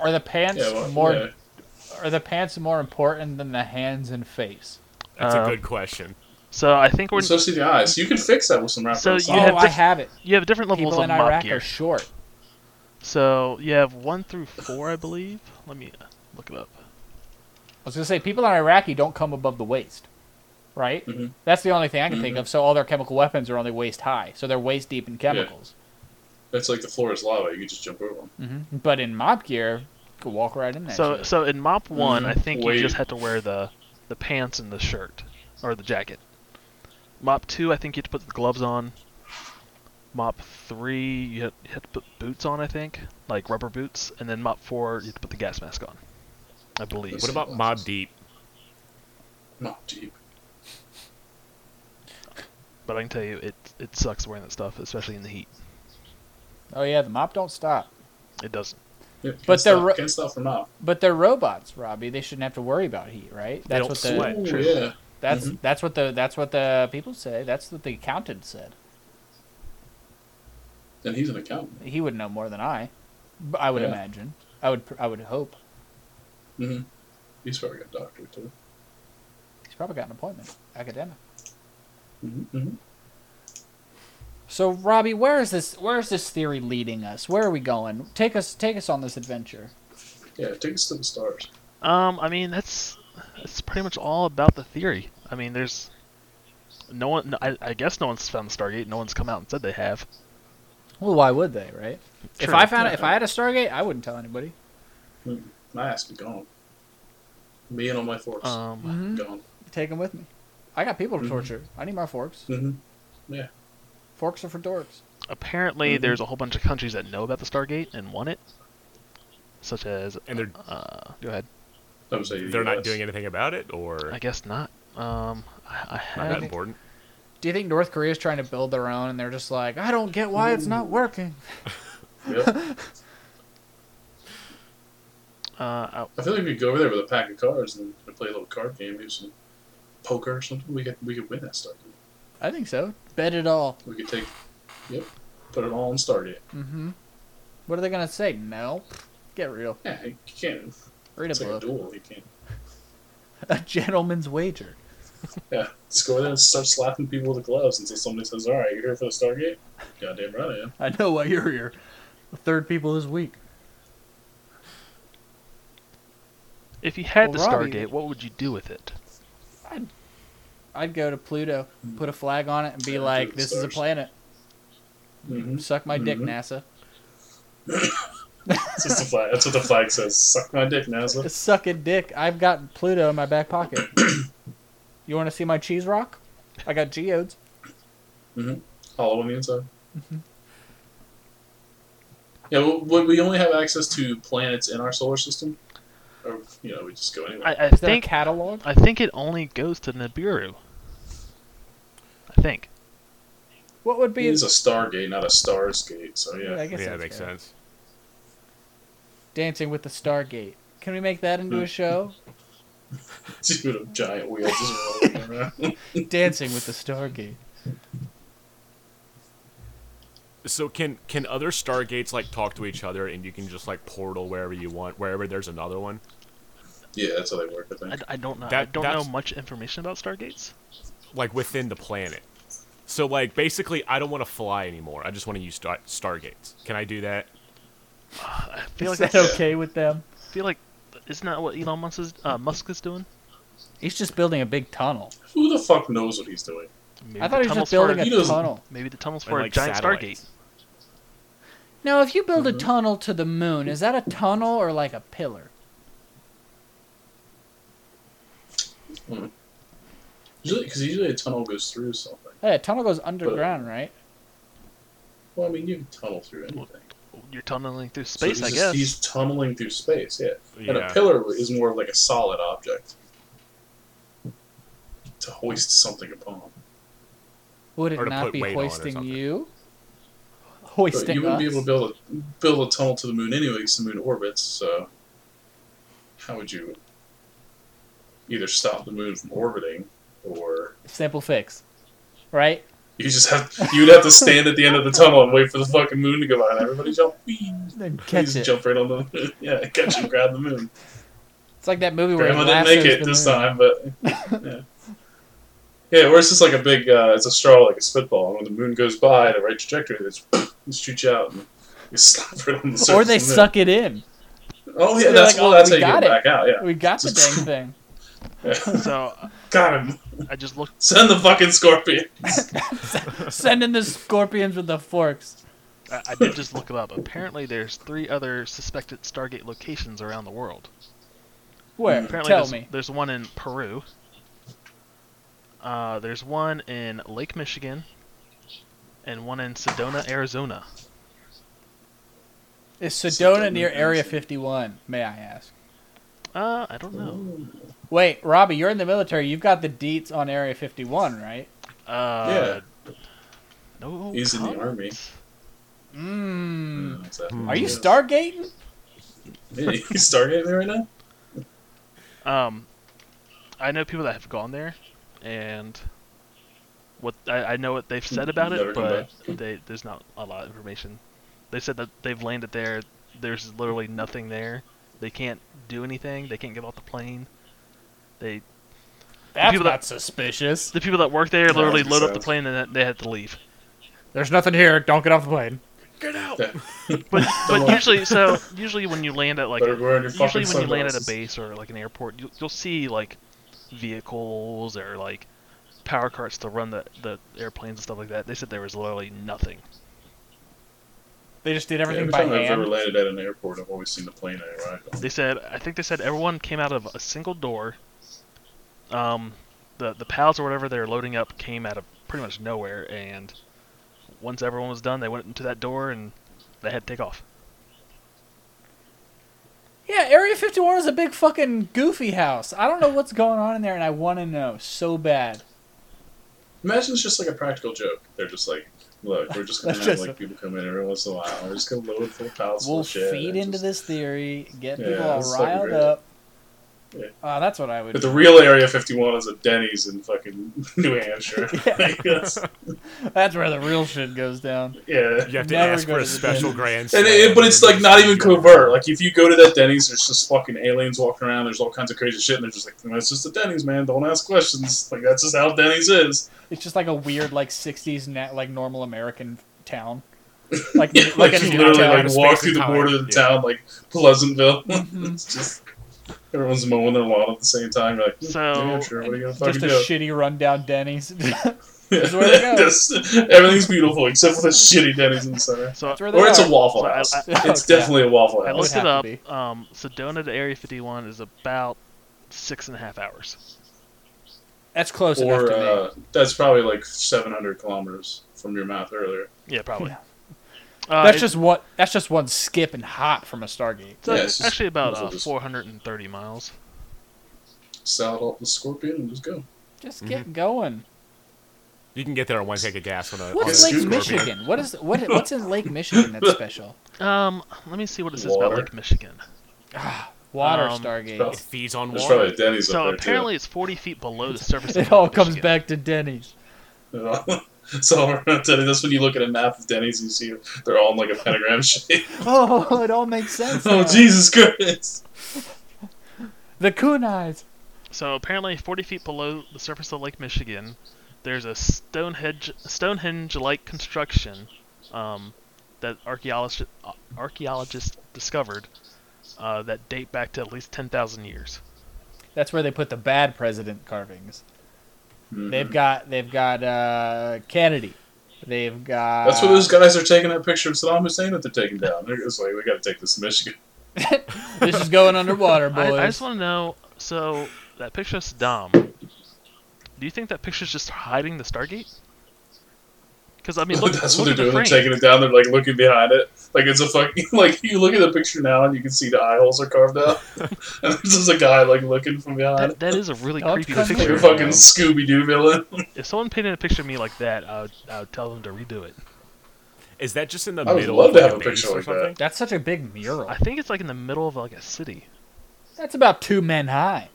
are the pants
Yeah, well,
more
yeah.
are the pants more important than the hands and face?
That's
Um,
a good question.
So I think we're
especially the eyes. You can fix that with some wrap
So
around
you
oh,
socks.
have
I
diff-
have it.
you have different levels
People
of
in
mop
Iraq
gear.
are short.
so you have one through four, I believe. Let me uh, look it up.
I was gonna say people in Iraq you don't come above the waist, right?
Mm-hmm.
Mhm.
That's the only thing I can think of. So all their chemical weapons are only waist high, so they're waist deep in chemicals.
That's like the floor is lava. You can just jump over them.
hmm But in mop gear, you could walk right in there.
So so in mop one,
Mhm.
I think
Wait.
you just had to wear the the pants and the shirt or the jacket. Mop two, I think you had to put the gloves on. Mop three, you had, you had to put boots on, I think, like rubber boots, and then mop four, you had to put the gas mask on. I believe.
What about Mob Deep?
Not deep.
But I can tell you, it it sucks wearing that stuff, especially in the heat.
oh yeah, the mop don't stop.
It doesn't.
Yeah, can't
But they're
stop-
ro-
can't stop from not.
But they're robots, Robbie. They shouldn't have to worry about heat, right? That's
don't
what the
sweat.
Ooh,
true.
yeah.
that's
Mm-hmm.
that's what the that's what the people say. That's what the accountant said.
And he's an accountant.
He would know more than I. b- I would
Yeah.
imagine. I would pr- I would hope.
hmm He's probably got a doctor too.
He's probably got an appointment. Academic.
Mm-hmm.
So Robbie, where is this where is this theory leading us? Where are we going? Take us take us on this adventure.
Yeah, take us to the stars.
Um, I mean that's that's pretty much all about the theory. I mean, there's no one. no- I, I guess no one's found the Stargate. No one's come out and said they have.
Well, why would they, right? If
True.
I found if I had a Stargate, I wouldn't tell anybody.
My ass be gone. Me and all my forks
Um.
Mm-hmm.
gone.
Take them with me. I got people to
Mhm.
torture. I need my forks.
Mm-hmm.
Forks are for dorks.
apparently
Mm-hmm.
Mhm.
there's a whole bunch of countries that know about the Stargate and want it, such as.
And they're
Uh, go ahead.
I would say the
they're not
US.
doing anything about it, or
I guess not. Um, I,
not
I
that
had.
important.
Do you think North Korea is trying to build their own and they're just like, I don't get why it's not working?
Yep.
Uh, I,
I feel like we could go over there with a pack of cards and play a little card game, maybe some poker or something. We could we could win that stuff.
I think so. Bet it all.
We could take, yep, put it all on Stargate.
Mm-hmm. What are they gonna say? No. Get real.
Yeah, you can't.
Read
It's
a
like a
book.
duel. You can't.
a gentleman's wager.
Yeah, just go over there and start slapping people with the gloves until somebody says, "All right, you're here for the Stargate." Goddamn right I am.
I know why you're here. The third people this week.
if you had
Well,
the
Robbie-
Stargate, what would you do with it?
I'd go to Pluto, put a flag on it, and be
Yeah,
like,
do the
"This is a
stars.
planet.
Mm-hmm.
Suck my dick,
Mhm.
NASA.
That's, what the flag, that's what the flag says. Suck my dick, NASA.
Suck a dick. I've got Pluto in my back pocket. you want to see my cheese rock? I got geodes.
Hollow on the inside.
Mm-hmm.
Yeah, well, would we only have access to planets in our solar system, or you know, we just go anywhere.
I, I
Is there a
think
catalog?
I think it only goes to Nibiru. I think.
What would
It
be?
is a Stargate, not a Stars Gate. So yeah.
I guess
Yeah, that
that's
makes
fair.
sense.
Dancing with the Stargate. Can we make that into a show?
Dude, a giant wheels is rolling around.
Dancing with the Stargate.
So can can other Stargates like talk to each other, and you can just like portal wherever you want, wherever there's another one?
Yeah, that's how they work. I think.
I, I don't know. I
That-
don't know
that's-
much information about Stargates.
like within the planet. So like basically, I don't want to fly anymore. I just want to use star- Stargates. Can I do that?
I feel
Is
like
that
that's-
okay with them?
I feel like isn't that what Elon Musk is, uh, Musk is doing?
He's just building a big tunnel.
Who the fuck knows what he's doing?
Maybe
I
the
thought he was
tunnel's
just building
for,
a
He doesn't-
tunnel.
maybe the tunnel's
And,
for
like,
a giant
satellites.
Stargate.
Now, if you build
Mm-hmm.
a tunnel to the moon, is that a tunnel or like a pillar?
Usually, because usually a tunnel goes through something.
Hey, a tunnel goes underground, right?
Well, I mean, you can tunnel through anything.
You're tunneling through
So
space,
he's
I
just-
guess.
he's tunneling through space. Yeah. And a
Yeah.
pillar is more of like a solid object to hoist something upon.
Would
Or
it
to
not
put
be
weight on or
hoisting
something.
you?
But
Hoisting
you wouldn't be
us?
able to build a build a tunnel to the moon anyway, 'cause the moon orbits. So how would you either stop the moon from orbiting or
Simple fix, right?
you just have you'd have to stand at the end of the tunnel and wait for the fucking moon to go by and everybody jump.
Then
You
catch
just
it.
jump right on the moon. yeah, catch and grab the moon.
It's like that movie where
Grandma didn't
Lasso's
make it
the
this
moon.
time, but yeah. yeah, or it's just like a big, uh, it's a straw like a spitball, and when the moon goes by at a right trajectory, they just, just shoot you out and you slap right on the surface.
Or they
of the moon.
suck it in.
Oh yeah,
They're
that's
like,
well,
"Oh,
that's how
we
you get
got
it back out. Yeah,
We got the dang thing.
yeah.
So uh,
got him.
I just looked.
Send the fucking scorpion.
Send in the scorpions with the forks.
I, I did just look it up. Apparently, there's three other suspected Stargate locations around the world.
Where?
Apparently,
Tell
there's,
me.
there's one in Peru. Uh, there's one in Lake Michigan, and one in Sedona, Arizona.
Is Sedona
Sedona,
near Area
Arizona.
51? May I ask?
Uh, I don't know.
Oh.
Wait, Robbie, you're in the military. You've got the deets on Area 51, right?
Uh, No.
He's in the
comment.
army.
Mmm.
Hmm.
Mm, exactly.
Are you
Yeah.
stargating?
Yeah, you stargating right now?
Um, I know people that have gone there, and what I, I know what they've said about
Never
it,
come
but they, there's not a lot of information. They said that they've landed there. There's literally nothing there. They can't do anything. They can't get off the plane. They
That's
people that-
not suspicious.
the people that work there
No,
literally
that's
load up the
bizarre.
plane and they had to leave.
There's nothing here. Don't get off the plane.
Get out.
Yeah.
But but
worry.
usually so usually when you land at like
Better wear your fucking
usually when you land at a
sunglasses.
base or like an airport, you, you'll see like vehicles or like power carts to run the, the airplanes and stuff like that. They said there was literally nothing.
They just did
Every
everything by
time I've ever
hand.
landed at an airport, I've always seen the plane I arrived on.
They said I think they said everyone came out of a single door. Um, the the pals or whatever they were loading up came out of pretty much nowhere, and once everyone was done, they went into that door and they had to take off.
Yeah, Area 51 is a big fucking goofy house. I don't know what's going on in there, and I want to know so bad.
Imagine it's just like a practical joke. They're just like, look, we're just gonna
That's
have
just-
like people come in every once in a while. We're just gonna load full pallets full
We'll
of shit.
feed
and
into
just-
this theory, get
Yeah,
people all
it's fucking
riled
great.
up.
Yeah.
Uh, that's what I would
But
do.
the real Area 51 is a Denny's in fucking New Hampshire.
Yeah.
Like, that's-
That's where the real shit goes down.
yeah.
You have to
Never
ask
go
for a
to the
special
dentist.
grand
And
slam,
it, but it's
then
like
just
not
leave
even
you alone.
covert. Like if you go to that Denny's, there's just fucking aliens walking around. There's all kinds of crazy shit, and they're just like, "That's just a Denny's, man. Don't ask questions." Like that's just how Denny's is.
It's just like a weird, like '60s, na- like normal American town, like
Yeah,
like,
like,
a
you
new
literally
town.
like
like
space
walk
and
through the
time.
border of the
Yeah.
town, like Pleasantville.
Mhm.
it's just everyone's mowing their lawn at the same time. You're like, "Hmm,
So-
New Hampshire, what are you gonna fucking
just a
do?
shitty, rundown Denny's. that's
Yeah.
is where they go.
Just- everything—everything's beautiful except for the shitty Denny's in the center,
So
where they
or it's
are.
a Waffle
So I-
House.
I-
it's
Okay.
definitely a Waffle
I
would
House.
looked
have to
it up.
be.
Um, Sedona to Area 51 is about six and a half hours.
That's close enough
Or
to me.
uh, that's probably like 700 kilometers from your mouth earlier.
Yeah, probably.
Yeah.
Uh,
that's
it-
just one. That's just one skip and hop from a Stargate.
it's, uh,
Yeah, it's just-
actually about
might as
uh,
well just-
430 miles.
Sell it off the scorpion and just go.
Just get going.
You can get there on one take of gas on a. on
What's
a
Lake
Scorpion.
Michigan? What is what? What's in Lake Michigan that's special?
Um, let me see what it says about
Water.
Lake Michigan.
Ah, Water
Um,
Stargate.
It feeds on
There's
water.
probably a Denny's
So
up there
apparently it's 40 feet below the surface.
It
of
all
Lake
comes
Michigan.
back to Denny's.
too. so that's when you look at a map of Denny's and you see they're all in like a pentagram shape.
Oh, it all makes sense.
oh
now.
Jesus Christ!
The kunais.
So apparently 40 feet below the surface of Lake Michigan, there's a Stonehenge Stonehenge-like construction um, that archaeologists archaeologists discovered uh, that date back to at least 10,000 years.
That's where they put the bad president carvings.
Mhm.
They've got they've got uh, Kennedy. They've got
That's where those
Uh,
guys are taking that picture of Saddam Hussein that they're taking down. They're just like, we got to take this to Michigan.
this is going underwater,
I,
boys.
I just want to know. So that picture of Saddam. Do you think that picture's just hiding the Stargate? Because I mean, look,
that's what
look
they're
at
doing.
The
They're
frame.
taking it down. They're like looking behind it. Like it's a fucking like you look at the picture now and you can see the eye holes are carved out, and this is a guy like looking from behind.
That, that is a really
Don't
creepy
come
like
picture.
a fucking Scooby Doo villain.
If someone painted a picture of me like that, I would, I would tell them to redo it.
Is that just in the
I would
middle
love
of
to
like,
have a
a base
picture
or
like that.
something?
That's such a big mural.
I think it's like in the middle of like a city.
That's about two men high.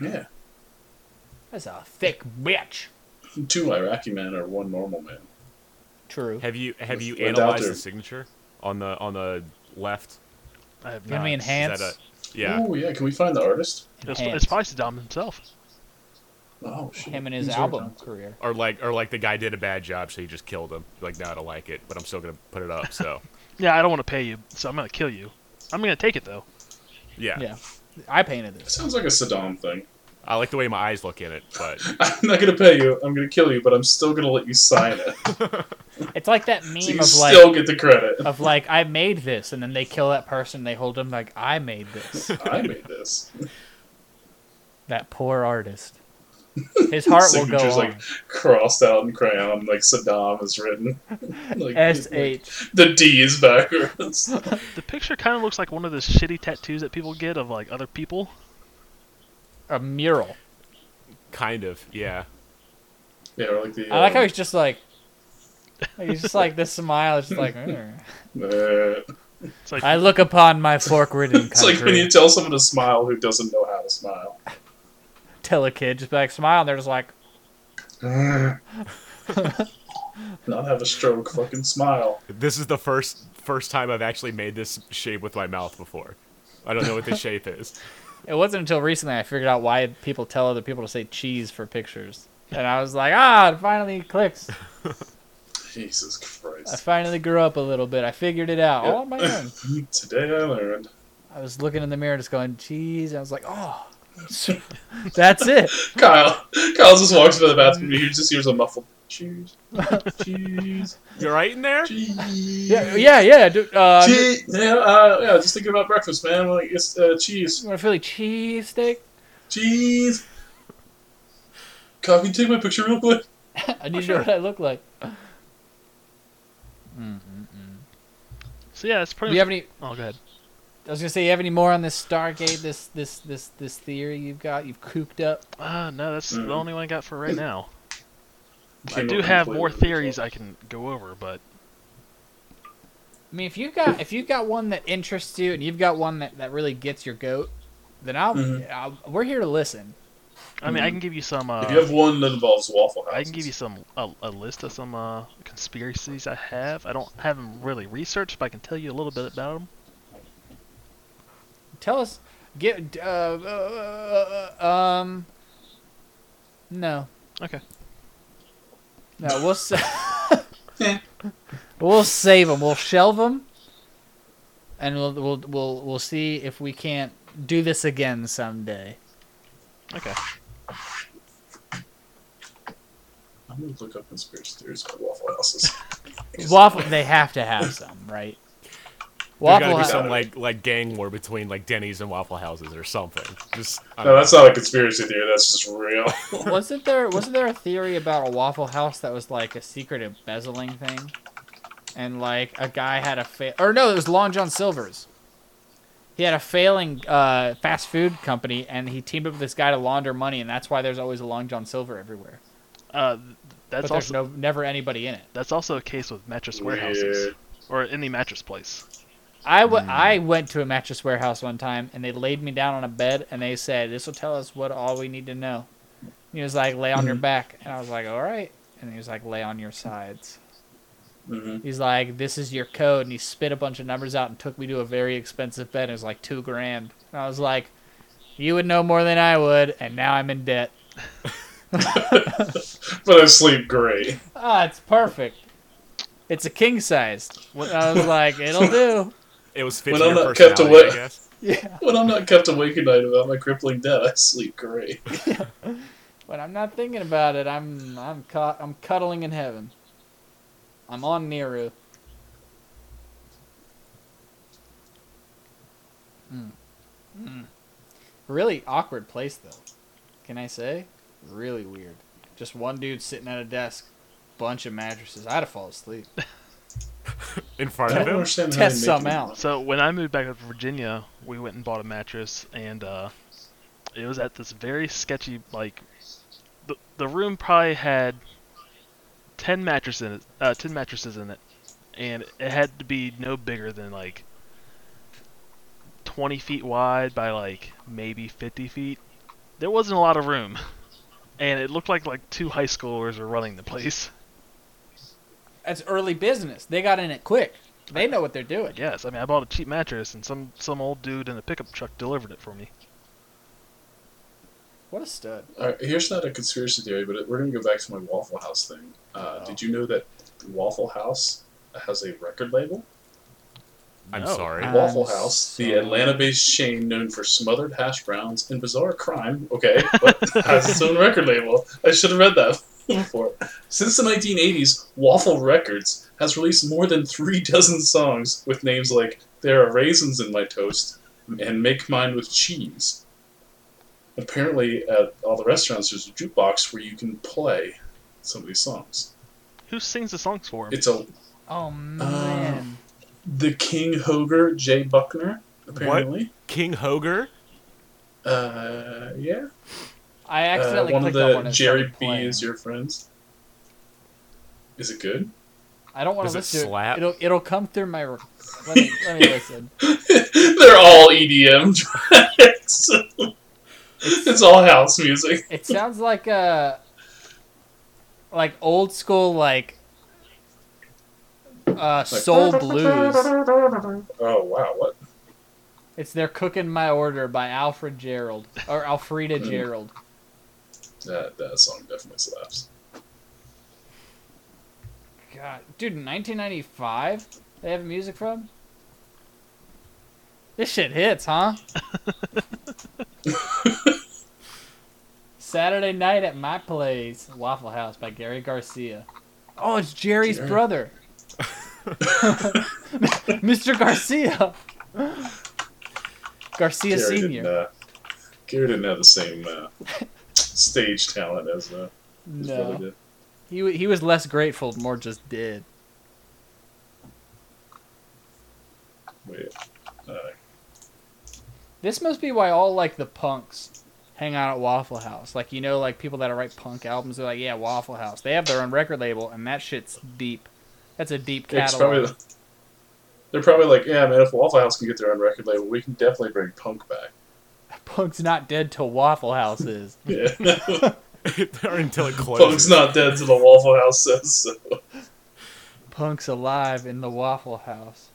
Yeah.
That's a thick bitch.
Two Iraqi men or one normal man.
True.
Have you have you
Without
analyzed
their-
the signature on the on the left?
I have
You want
not.
me to enhance?
Is that a yeah?
Oh yeah. Can we find the artist?
It's,
enhance
it's probably Saddam himself.
Oh shit.
him and his
He's
album
working
career.
Or like or like the guy did a bad job, so you just killed him. You're like, no, I don't like it, but I'm still gonna put it up. So
Yeah, I don't want to pay you, so I'm gonna kill you. I'm gonna take it though.
yeah.
Yeah. I painted
on-
this.
Sounds like a Saddam thing.
I like the way my eyes look in it, but
I'm not gonna pay you. I'm gonna kill you, but I'm still gonna let you sign it.
It's like that
so
meme
you
of
still
like
get the credit.
of like I made this, and then they kill that person. They hold them like I made this.
I made this.
That poor artist. His heart will go
Signatures
on.
like crossed out in crayon, like Saddam is written. like
S
like,
H.
The D is backwards.
The picture kind of looks like one of those shitty tattoos that people get of like other people.
A mural.
kind of yeah.
yeah, or like the.
I like how
um,
he's just like. like, He's just like this smile. It's just like "Mm.
uh,
It's like
I look upon my fork-ridden
It's like when
country.
you tell someone to smile who doesn't know how to smile.
tell a kid just be like smile. And they're just like
Not have a stroke, fucking smile.
This is the first first time I've actually made this shape with my mouth before. I don't know what this shape is.
It wasn't until recently I figured out why people tell other people to say cheese for pictures. And I was like, ah, it finally clicks.
Jesus
I
Christ.
finally grew up a little bit. I figured it out all on my own.
Today I learned.
I was looking in the mirror just going, cheese. I was like, oh, that's it.
Kyle. Kyle just walks into the bathroom and he just hears a muffled cheese. Cheese.
You're right in there.
Cheese.
Yeah, yeah, yeah. Dude, uh, you
Cheese. Yeah, uh, yeah, just thinking about breakfast, man. Like it's uh, cheese.
want a Philly cheese steak?
Cheese. Kyle, can you take my picture real quick?
I need to know what I look like.
so yeah, it's
Do
pretty.
you have
Much...
any?
Oh, go ahead.
I was gonna say, you have any more on this Stargate, this this this this theory you've got, you've cooped up?
Uh, no, that's
Mm.
the only one I got for right now. I
Came
do
up
have more
completely
theories
with
I can go over, but
I mean, if you got if you've got one that interests you and you've got one that, that really gets your goat, then I'll,
Mm-hmm.
Mhm.
I'll we're here to listen.
I mean, I can give you some. Uh,
myself. Mm-hmm. If you have one that involves Waffle House,
I can give you some a, a list of some uh, conspiracies I have. I don't have them really researched, but I can tell you a little bit about them.
Tell us, get uh, uh, uh, um, no,
Okay.
no, we'll sa- we'll save them, we'll shelve them, and we'll we'll we'll we'll see if we can't do this again someday.
Okay.
I'm gonna look up conspiracy theories about Waffle Houses.
Waffle, they have to have some, right?
There's gotta
Waffle
be
House.
some like like gang war between like Denny's and Waffle Houses or something. Just I
No,
don't
that's not a conspiracy theory. That's just real.
wasn't there wasn't there a theory about a Waffle House that was like a secret embezzling thing, and like a guy had a fa- or no, it was Long John Silver's. He had a failing uh, fast food company, and he teamed up with this guy to launder money, and that's why there's always a Long John Silver everywhere.
Uh, th-
but
that's
there's no
also
never anybody in it.
that's also a case with mattress warehouses
Weird.
or any mattress place.
I, w-
Hmm.
I went to a mattress warehouse one time and they laid me down on a bed and they said, This will tell us what all we need to know. And he was like, Lay
Hmm.
on your back. And I was like, All right. And he was like, Lay on your sides.
Mhm.
He's like, This is your code. And he spit a bunch of numbers out and took me to a very expensive bed. It was like two grand. And I was like, You would know more than I would. And now I'm in debt.
But I sleep great.
Ah, it's perfect. It's a king sized. I was like, It'll do.
It was
When
fitting your
I'm not kept
personality,
away-
I guess.
Yeah.
When I'm not kept awake at night about my crippling debt, I sleep great.
But I'm not thinking about it. I'm I'm cu- I'm cuddling in heaven. I'm on Neru. Mm. Mm. Really awkward place though. Can I say? Really weird. Just one dude sitting at a desk, bunch of mattresses. I'd have fallen asleep.
In
I
front
don't
of him.
understand how
Test
they make
some
it.
out.
So when I moved back to Virginia, we went and bought a mattress, and uh, it was at this very sketchy like the the room probably had ten mattresses in it, uh, ten mattresses in it, and it had to be no bigger than like twenty feet wide by like maybe fifty feet, there wasn't a lot of room, and it looked like like two high schoolers were running the place.
That's early business. They got in it quick. They know what they're
I
doing.
guess. I mean, I bought a cheap mattress, and some some old dude in a pickup truck delivered it for me.
What a stud.
All right, here's not a conspiracy theory, but we're going to go back to my Waffle House thing. Uh,
Oh.
Did you know that Waffle House has a record label?
I'm
No.
sorry.
Uh,
Waffle
I'm
House, the
sorry.
Atlanta-based chain known for smothered hash browns and bizarre crime, okay, but has its own record label. I should have read that before. Since the 1980s, Waffle Records has released more than three dozen songs with names like "There Are Raisins in My Toast" and "Make Mine with Cheese." Apparently, at all the restaurants, there's a jukebox where you can play some of these songs.
Who sings the songs for him?
It's a Uh,
Oh man.
the King Hoger Jay Buckner apparently.
King Hoger?
Uh, yeah.
I accidentally
uh, one of
clicked
the
on one and
Jerry
started
B
playing.
is your friends. Is it good?
I don't want
Does
to
it
listen. to
slap?
it. It'll it'll come through my. Re- let me let me listen.
They're all EDM tracks. it's all house music.
It sounds like a like old school like uh soul blues.
Oh wow, what?
It's "They're Cooking My Order" by Alfred Gerald or Alfreda
Hmm.
Gerald.
That that song definitely slaps.
God, dude, 1995. They have music from. This shit hits, huh? Saturday night at my place, Waffle House by Gary Garcia. Oh, it's Jerry's
Jerry.
brother, Mr. Garcia. Garcia
Gary didn't,
Senior.
uh, Gary didn't have the same uh, stage talent as uh, his brother
No,
did.
he wa- he was less grateful, more just dead.
Wait, uh,
This must be why all like the punks hang out at Waffle House. Like you know, like people that write punk albums are like, yeah, Waffle House. They have their own record label, and that shit's deep. That's a deep
it's probably
catalog.
they're probably like, yeah, man. If Waffle House can get their own record label, we can definitely bring punk back.
Punk's not dead till Waffle House is.
Yeah.
or until it closes.
Punk's not dead till the Waffle House says so.
Punk's alive in the Waffle House.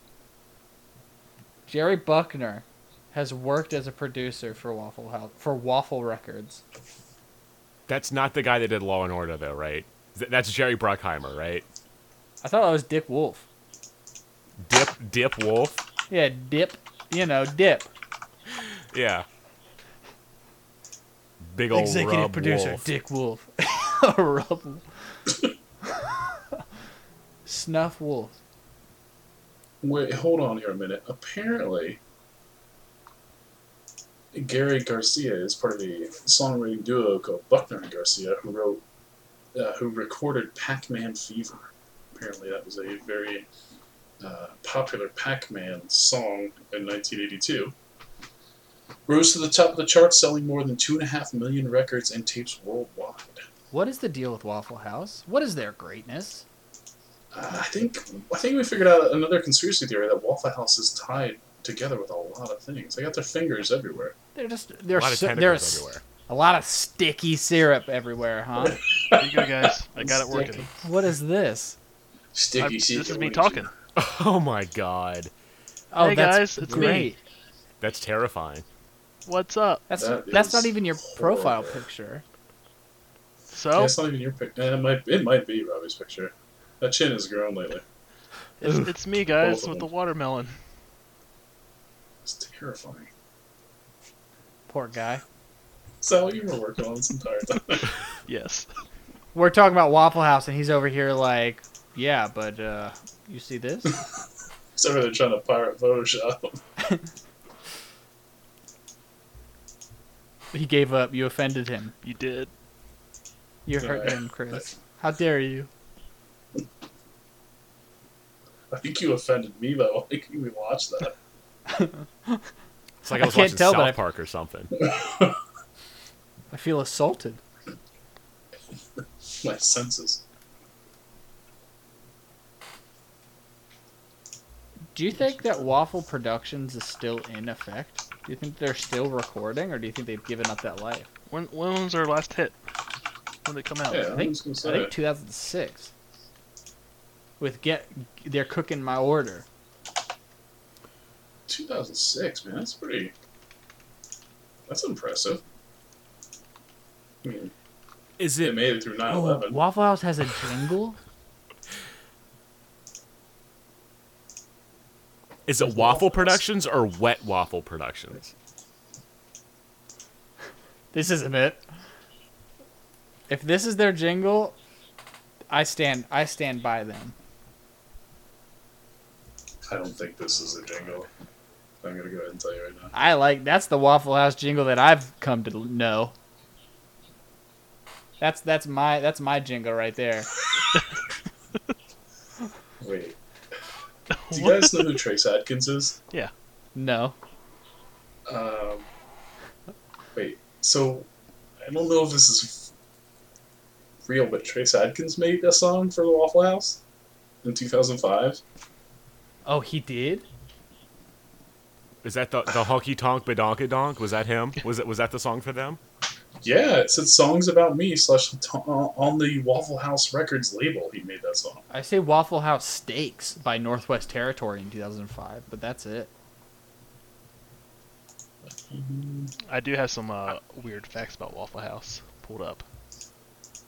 Jerry Buckner has worked as a producer for Waffle House for Waffle Records.
That's not the guy that did Law and Order, though, right? Th- that's Jerry Bruckheimer, right?
I thought that was Dick Wolf.
Dip, Dip Wolf.
Yeah, Dip. You know, Dip.
Yeah. Big old
executive
rub
producer
wolf.
Dick Wolf, Rub- Snuff Wolf.
Wait, hold on here a minute. Apparently, Gary Garcia is part of the songwriting duo called Buckner and Garcia, who wrote, uh, who recorded Pac-Man Fever. Apparently, that was a very uh, popular Pac-Man song in 1982. Rose to the top of the charts, selling more than two and a half million records and tapes worldwide.
What is the deal with Waffle House? What is their greatness?
Uh, I think I think we figured out another conspiracy theory that Waffle House is tied together with a lot of things. They got their fingers everywhere.
They're just
A
they're
lot of
so,
tentacles
there's
everywhere.
a lot of sticky syrup everywhere, huh?
There you go, guys. I got it working.
Sticky. What is this?
Sticky
I- this
secret
is me
wings.
talking.
Oh my god,
Oh,
Hey,
that's
guys, it's me.
great.
that's terrifying.
What's up?
That's
That
that's
is
not even your profile
horrible.
picture.
So Oh.
Yeah, it's not even your picture. It might it might be Robbie's picture. That chin has grown lately.
it's, it's me, guys,
Both of
with the
them.
watermelon.
It's terrifying.
Poor guy.
Sal, you were working on this entire time.
Yes.
We're talking about Waffle House, and he's over here like, yeah, but uh, you see this?
so they're trying to pirate Photoshop.
he gave up. You offended him.
You did.
You
Yeah.
hurt him, Chris. How dare you?
I think you offended me though. I think we watched that.
It's like
I
I was
can't
watching
tell, but I-
South Park or something.
I feel assaulted.
My senses.
Do you think that Waffle Productions is still in effect? Do you think they're still recording, or do you think they've given up that life?
When when was their last hit? When they come out?
Yeah, I,
think-
was gonna
I
say.
think 2006. With get, they're cooking my order.
2006, man. That's pretty. That's impressive. I mean,
Is
they
it?
made it through 9
Oh,
11.
Waffle House has a jingle.
Is it Waffle Productions or Wet Waffle Productions?
this isn't it. If this is their jingle, I stand. I stand by them.
I don't think this is a jingle. I'm going to go ahead and tell you right now.
I like that's the Waffle House jingle that I've come to know. That's that's my that's my jingle right there.
Wait. Do you guys know who Trace Adkins is?
No,
Um, wait. So, I don't know if this is f- real, but Trace Adkins made a song for the Waffle House in 2005.
oh he did.
Is that the the honky tonk badonka donk? Was that him? Was it was that the song for them?
Yeah, it said songs about me slash t- on the Waffle House Records label. He made that song.
I say Waffle House Steaks by Northwest Territory in 2005, but that's it.
I do have some uh, weird facts about Waffle House pulled up.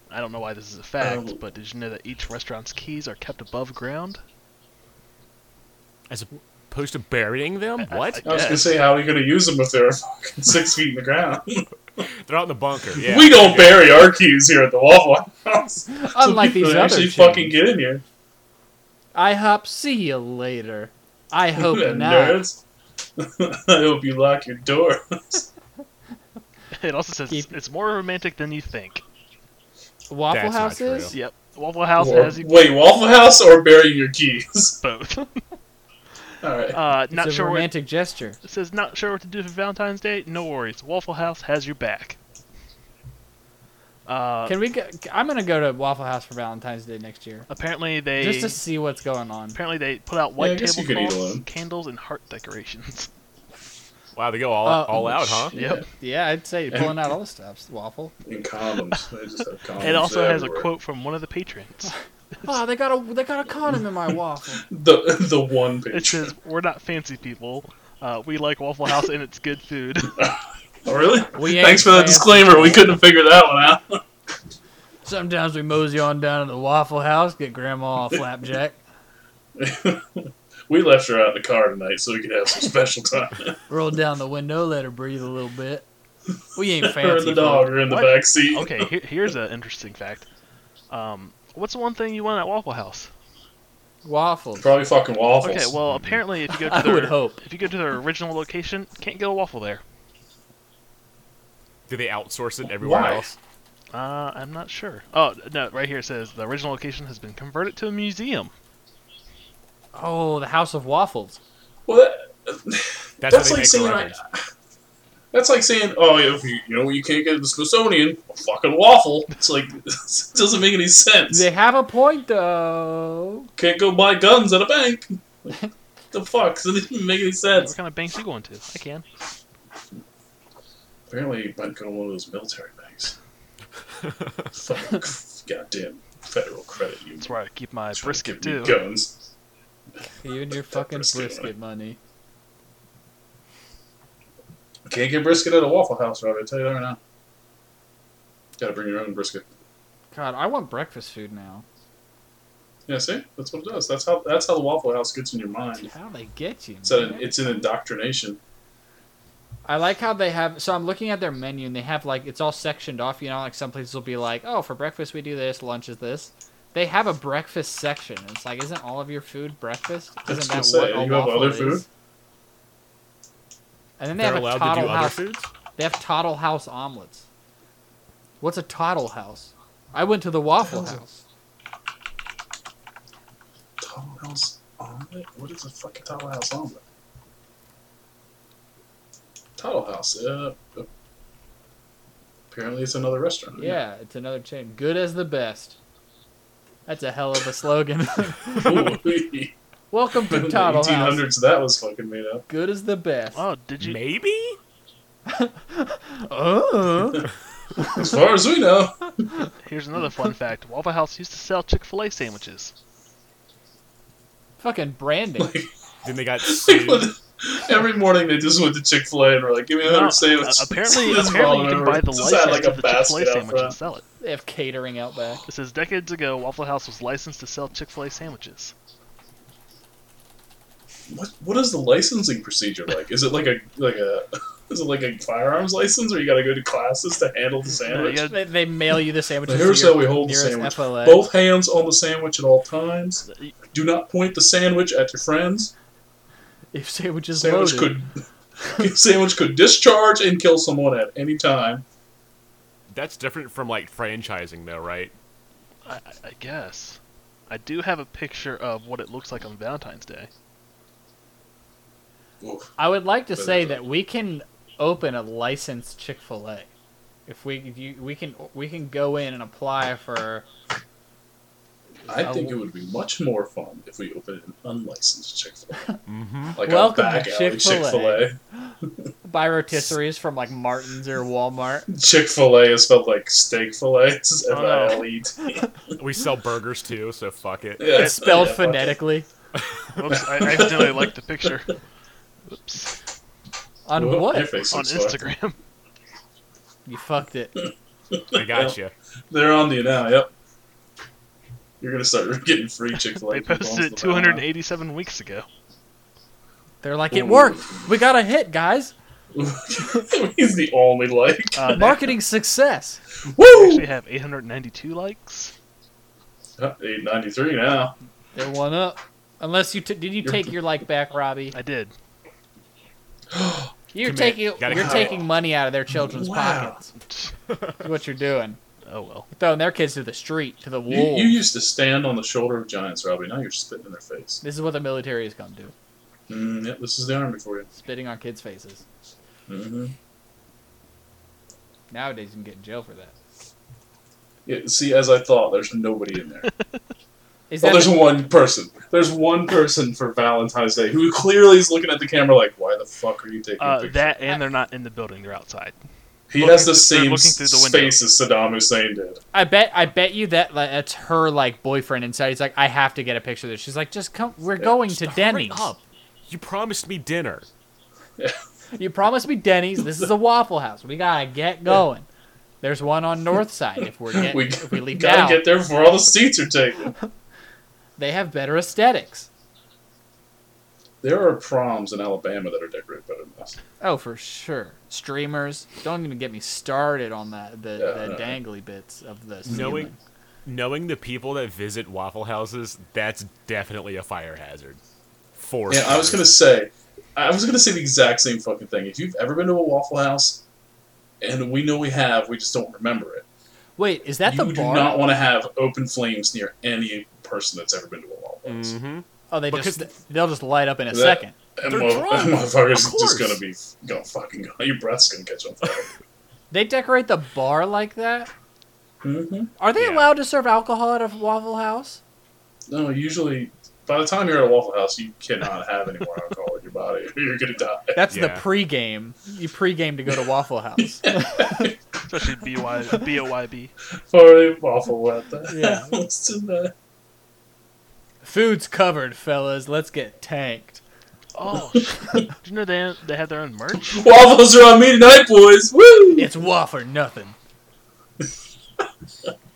I don't know why this is a fact,
Um,
but did you know that each restaurant's keys are kept above ground?
As opposed to burying them?
I-
What?
I was gonna
Yes.
say, how are you gonna use them if they're fucking six feet in the ground?
They're out in the bunker. Yeah.
we don't bury our keys here at the Waffle House.
Unlike these
People
other
actually
chains.
fucking get in here.
IHOP, see you later. I hope not.
Nerds. I hope you lock your door.
It also says
Keep-
it's more romantic than you think.
Waffle
That's not
House
true.
is?
Yep. Waffle House
Or-
has you
wait, Waffle House or burying your keys?
both.
All right.
Uh,
It's
not
a
sure what
romantic gesture.
it says not sure what to do for Valentine's Day? No worries. Waffle House has your back. Uh,
Can we go, I'm going to go to Waffle House for Valentine's Day next year.
apparently they
Just to see what's going on.
apparently they put out white
guess you could eat
tablecloths,
alone.
candles, and heart decorations.
Wow, they go all
Uh,
all out, huh?
Yep.
Yeah, I'd say pulling out all the stops. Waffle.
In condoms. They just have condoms
It also has a
everywhere.
quote from one of the patrons.
Oh, they got a they got a condom in my waffle.
The the one
It
page.
says, "We're not fancy people. Uh, we like Waffle House and it's good food."
Oh, really?
We ain't
Thanks for that
fast.
disclaimer. We couldn't figure that one out.
Sometimes we mosey on down to the Waffle House, get Grandma a flapjack.
We left her out in the car tonight so we could have some special time.
roll down the window, let her breathe a little bit. We ain't fancy.
her and the dog are in the
What?
back seat.
okay, here, here's an interesting fact. Um, what's the one thing you want at Waffle House?
folk. Waffles.
Probably fucking waffles.
Okay, well apparently if you go
I
to their
would hope.
if you go to their original location, can't get a waffle there.
Do they outsource it everywhere
Why?
else?
Uh, I'm not sure. Oh no, right here it says the original location has been converted to a museum.
Oh, the House of Waffles.
Well, that-
That's,
that's
how they
like saying
make the
I,
records.
that's like saying, oh, if you, you know, you can't get the Smithsonian, a fucking waffle. It's like it doesn't make any sense.
They have a point though.
Can't go buy guns at a bank. the fuck? It doesn't even make any
What
sense.
kind of banks you going to? I can.
Apparently, he might go to one of those military banks. fucking goddamn federal credit union.
That's where I keep my
Trying to
brisket
give me
too.
Guns.
You and your fucking
Brisket
brisket money.
Can't get brisket at a Waffle House, Robbie. I tell you that right now. Gotta bring your own brisket.
God, I want breakfast food now.
Yeah, see, that's what it does. That's how that's how the Waffle House gets in your mind.
How they get you?
It's an,
man.
it's an indoctrination.
I like how they have. So I'm looking at their menu and they have like it's all sectioned off. You know, like some places will be like, oh, for breakfast we do this, lunch is this. They have a breakfast section. It's like, isn't all of your food breakfast?
was
Isn't
gonna
that
say,
what a
you have
waffle
other
is?
food?
And then they
They're
have a
allowed to
toddle
do other
house.
foods.
They have Toddle House omelets. What's a Toddle House? I went to the Waffle
Toddle.
House.
Toddle House omelet? What is a fucking Toddle House omelet? Toddle House. Uh, apparently, it's another restaurant.
Yeah, it's another chain. Good as the best. That's a hell of a slogan.
Ooh-wee.
Welcome
In
to
the
Toddle House.
1800s, that was fucking made up.
Good as the best.
Oh, did you?
Maybe.
Oh.
As far as we know.
Here's another fun fact Waffle House used to sell Chick fil A sandwiches.
Fucking branding.
Then they got
Like,
sued.
what- Every morning they just went to Chick Fil A and were like, "Give me another
No,
sandwich."
uh, apparently,
That's
apparently
all
you
I
can
remember.
buy the
Just
license
had, like,
to the Chick fil A
basket out
sandwich and
front.
sell it.
they have catering out back.
It says decades ago, Waffle House was licensed to sell Chick fil A sandwiches.
What what is the licensing procedure like? Is it like a like a is it like a firearms license, or you got to go to classes to handle
No,
the
you
sandwich?
gotta-
They, they mail you the sandwiches. to
Here's
your
how we hold the
nearest
sandwich.
FLA.
Both hands on the sandwich at all times. Do not point the sandwich at your friends.
If sandwiches
Sandwich
loaded.
could sandwich could discharge and kill someone at any time.
That's different from like franchising, though, right?
I, I- I guess. I do have a picture of what it looks like on Valentine's Day.
Oof.
I would like to
But
say
it's a-
that we can open a licensed Chick Fil A. If we if you, we can we can go in and apply for
I
I
think it
will-
would be much more fun if we opened an unlicensed Chick Fil A,
Mm-hmm.
like
Welcome
a back
to
alley Chick Fil
Chick-fil-A.
A.
buy rotisseries from like Martin's or Walmart.
Chick Fil A is spelled like steak fillet. It's
Oh,
F
no.
I L E T.
We sell burgers too, so fuck it.
Yeah,
It's spelled
yeah, fuck it.
phonetically.
Oops, I accidentally liked the picture. Oops.
On
Whoa,
what?
Your face
On
looks fucked.
Instagram.
You fucked it.
I gotcha.
They're on to you now. Yep. You're gonna start getting free Chick Fil A.
They posted it 287 weeks ago.
They're like, it
Ooh.
worked. We got a hit, guys.
He's the only like.
Uh, they
Marketing success.
actually
Woo!
have 892 likes.
Eight ninety three now.
They're one up. Unless you t- did you
You're-
take your like back, Robbie?
I did.
You're
Commit.
taking
Gotta
you're
commit.
taking money out of their children's
Wow.
pockets. That's what you're doing.
Oh well.
You're throwing their kids to the street, to the
You,
wolves.
you used to stand on the shoulder of giants, Robbie. Now you're spitting in their face.
This is what the military is going to do.
Mm, yep, this is the army for you.
Spitting on kids' faces.
hmm
Nowadays, you can get in jail for that.
Yeah, see, as I thought, there's nobody in there.
Is
Well,
that
Oh, there's one person. There's one person for Valentine's Day who clearly is looking at the camera like, "Why the fuck are you taking a
Uh,
picture?"
that and they're not in the building; they're outside.
He
Looking
has the
through-
same
looking through the window.
space as Saddam Hussein did.
I bet I bet you that like, that's her like boyfriend inside. He's like, I have to get a picture of this. She's like, just come. We're going to
Hurry
Denny's.
up. You promised me dinner.
You promised me Denny's. This is a Waffle House. We gotta get going. There's one on North Side. If we're get,
We,
if we leave
gotta
now,
get there before all the seats are taken.
they have better aesthetics.
There are proms in Alabama that are decorated better than us.
Oh, for sure. Streamers. Don't even get me started on that the,
Yeah,
the
no.
dangly bits of the
Knowing-
ceiling.
Knowing the people that visit Waffle Houses, that's definitely a fire hazard. For
Yeah, I was
sure.
gonna say, I was gonna say the exact same fucking thing. If you've ever been to a Waffle House, and we know we have, we just don't remember it.
Wait, is that
you
the
do
bar?
not want to have open flames near any person that's ever been to a Waffle House.
Mhm.
oh, they
because
just they'll just light up in a
That-
second.
And
They're
mo-
drunk,
and motherfuckers
of
is just
course.
gonna be gonna fucking go. Your breath's gonna catch on fire.
They decorate the bar like that.
mm-hmm.
Are they
Yeah.
allowed to serve alcohol at a Waffle House?
No, usually by the time you're at a Waffle House, you cannot have any more alcohol in your body. or You're gonna die.
That's the
Yeah.
pregame. You pregame to go to Waffle House.
Especially BY, BOYB.
Sorry, waffle at that.
Yeah.
What's in that?
Food's covered, fellas. Let's get tanked.
Oh, do you know they they have their own merch?
Waffles are on me tonight, boys. Woo!
It's waffle or nothing.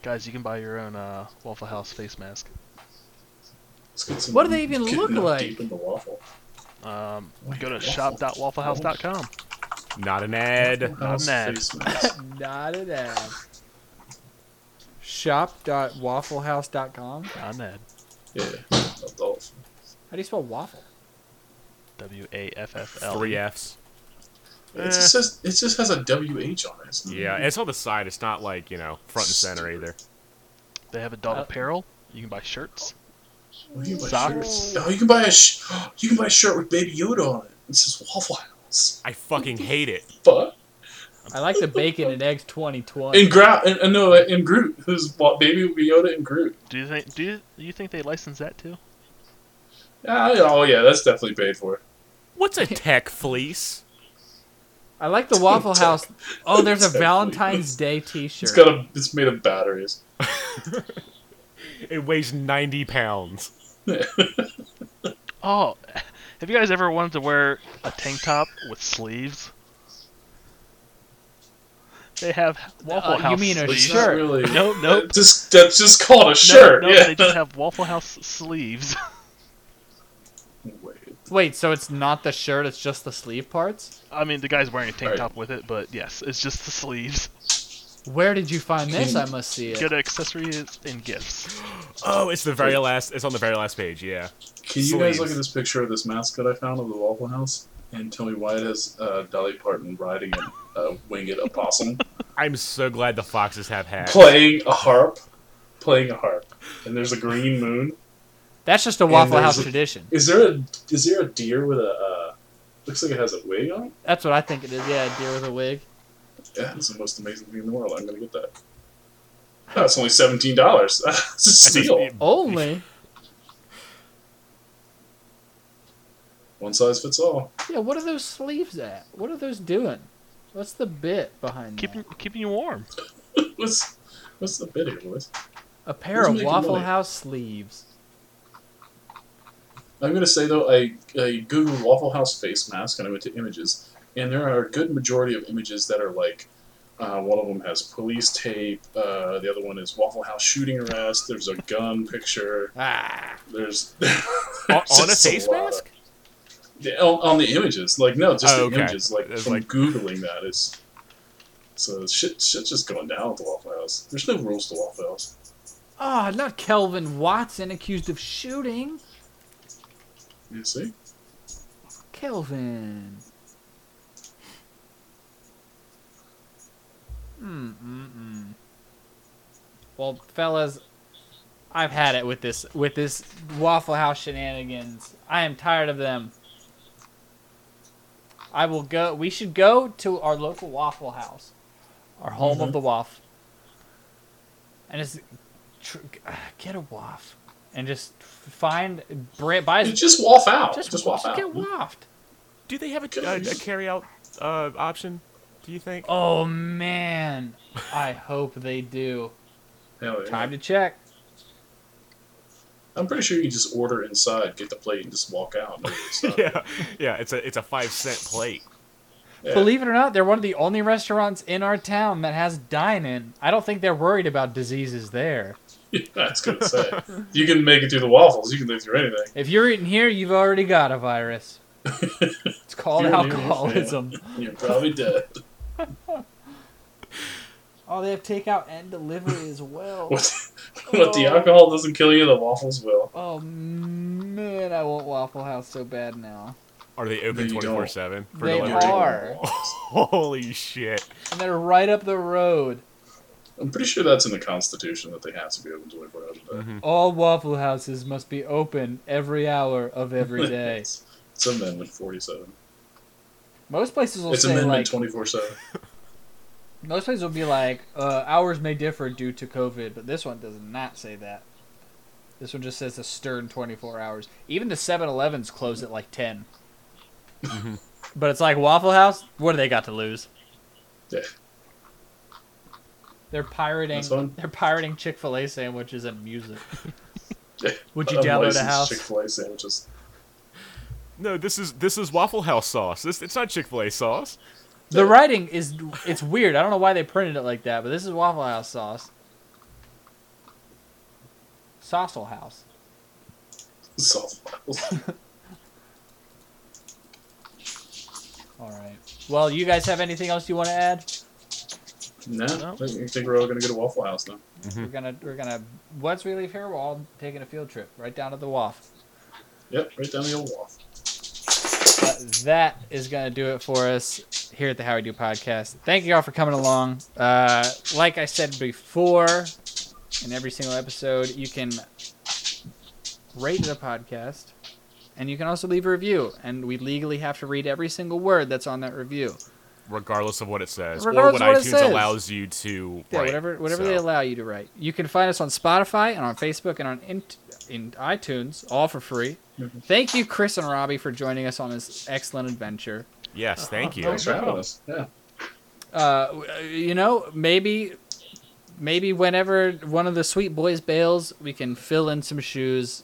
Guys, you can buy your own uh, Waffle House face mask.
Let's get some-
What do they even
get
look
enough
like? Oh,
Deep in the waffle.
Um,
Wait,
go to
waffle-
shop.wafflehouse.com.
Not an ad.
Not an ad.
Face mask.
Not an ad. Shop.wafflehouse.com. How
I'm Ed.
yeah. Adult.
do you spell waffle?
W A F F L. E.
Three Fs.
Eh.
It just says it just has a WH on it.
Yeah, it's on the side. It's not like you know front and center either.
They have adult
Uh,
apparel. You can buy shirts.
Where do you buy
Socks.
shirts? Oh, you can buy a sh- you can buy a shirt with Baby Yoda on it. It says Waffle House.
I fucking hate it.
But
I like the bacon and eggs 2020.
and Grout and, and no and Groot, who's wa- Baby Yoda and Groot.
Do you think do you, do you think they license that too?
Ah, oh yeah, that's definitely paid for.
What's a tech fleece?
I like the Waffle
Tech-
House. Oh, there's a
Tech
Valentine's Day T-shirt.
It's got a. It's made of batteries.
It weighs 90 pounds.
Oh, have you guys ever wanted to wear a tank top with sleeves? They have Waffle
Uh, you
House.
mean a
sleeves.
It's
Sure.
not really.
Nope, nope.
Just that's just called a
No,
shirt.
no,
yeah.
they just have Waffle House sleeves.
Wait.
Wait, so it's not the shirt; it's just the sleeve parts.
I mean, the guy's wearing a tank
Right.
top with it, but yes, it's just the sleeves.
Where did you find this? I must see
Good
it.
accessories and gifts.
Oh, it's the very last. It's on the very last page. Yeah.
Can you guys
Sleeves.
look at this picture of this mascot I found of the Waffle House and tell me why it has uh, Dolly Parton riding a uh, winged opossum,
I'm so glad the foxes have hats.
playing a harp, playing a harp, and there's a green moon.
That's just a Waffle
there's
House
a-
tradition.
Is there a is there a deer with a uh, looks like it has a wig on? it?
That's what I think it is. Yeah, a deer with a wig.
Yeah, it's the most amazing thing in the world. I'm gonna get that. Oh, it's only seventeen dollars. It's a steal.
Only.
One size fits all.
Yeah, what are those sleeves at? What are those doing? What's the bit behind
Keeping
that?
keeping you warm.
What's what's the bid here, boys?
A pair of
making
Waffle
money?
House sleeves.
I'm gonna say though, I I googled Waffle House face mask and I went to images, and there are a good majority of images that are like, uh, one of them has police tape, uh, the other one is Waffle House shooting arrest. There's a gun picture.
Ah,
There's,
on,
there's
on a
just
face
lot of-
mask.
Yeah, on, on the images, like no, just
Oh,
the
okay.
images, like
It's
from
like-
googling that is. So shit, shit's just going down with the Waffle House. There's no rules to Waffle House.
oh, not Kelvin Watson accused of shooting.
You see,
Kelvin. Mm mm mm. Well, fellas, I've had it with this with this Waffle House shenanigans. I am tired of them. I will go. We should go to our local Waffle House, our home of the waff, and just tr- get a waff and just find bre- buy
you just waffle out. Just,
just,
just waffle
just get
out.
waffed.
Do they have a, a, a carry out uh, option? Do you think?
Oh man, I hope they do.
Hell yeah.
Time to check.
I'm pretty sure you just order inside, get the plate, and just walk out. Nobody would stop.
yeah, yeah. It's a it's a five cent plate.
Yeah.
Believe it or not, they're one of the only restaurants in our town that has dine-in. I don't think they're worried about diseases there.
That's good to say. You can make it through the waffles. You can live through anything.
If you're eating here, you've already got a virus. It's called
You're an idiot,
alcoholism.
You're probably dead.
Oh, they have takeout and delivery as well.
What, what the alcohol doesn't kill you, the waffles will.
Oh man, I want Waffle House so bad now.
Are they open
They don't.
twenty four seven for
They
delivery?
You're taking
are.
the waffles.
Holy shit!
And they're right up the road.
I'm pretty sure that's in the Constitution that they have to be open 24 hours a day.
Uh-huh.
All Waffle Houses must be open every hour of every day.
it's, it's Amendment 47.
Most places will
It's
say like
Amendment 24 7.
most places will be like uh, hours may differ due to COVID, but this one does not say that. This one just says a stern 24 hours. Even the 7-Elevens close at like 10. but it's like Waffle House. What do they got to lose?
Yeah.
They're pirating.
That's fine.
They're pirating Chick Fil A sandwiches and music.
yeah.
Would you download a house?
Chick fil A sandwiches.
No, this is this is Waffle House sauce. This it's not Chick Fil A sauce.
The writing is it's weird. I don't know why they printed it like that, but this is Waffle House sauce. Sausal House.
Salt waffles.
All right. Well, you guys have anything else you want to add?
no,
No.
I think we're all going to go to Waffle House now.
We're gonna we're gonna once we leave here, we're all taking a field trip right down to the WAF.
Yep, right down the old waffle.
But that is gonna do it for us here at the How We Do podcast. Thank you all for coming along. Uh, like I said before, in every single episode, you can rate the podcast, and you can also leave a review. And we legally have to read every single word that's on that review.
Regardless of what it says,
Regardless
or
of
what,
what it
iTunes
says.
allows you to.
Yeah,
write,
whatever whatever
so.
they allow you to write. You can find us on Spotify and on Facebook and on in, in iTunes, all for free. Thank you, Chris and Robbie, for joining us on this excellent adventure.
Yes, thank you.
Thanks for having us. Yeah.
uh, w- you know, maybe, maybe whenever one of the sweet boys bails, we can fill in some shoes.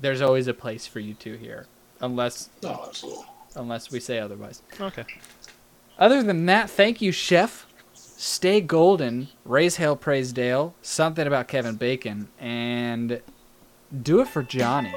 There's always a place for you two here, unless
No, absolutely.
unless we say otherwise.
Okay.
Other than that, thank you, Chef. Stay golden. Raise hail, praise Dale. Something about Kevin Bacon, and do it for Johnny.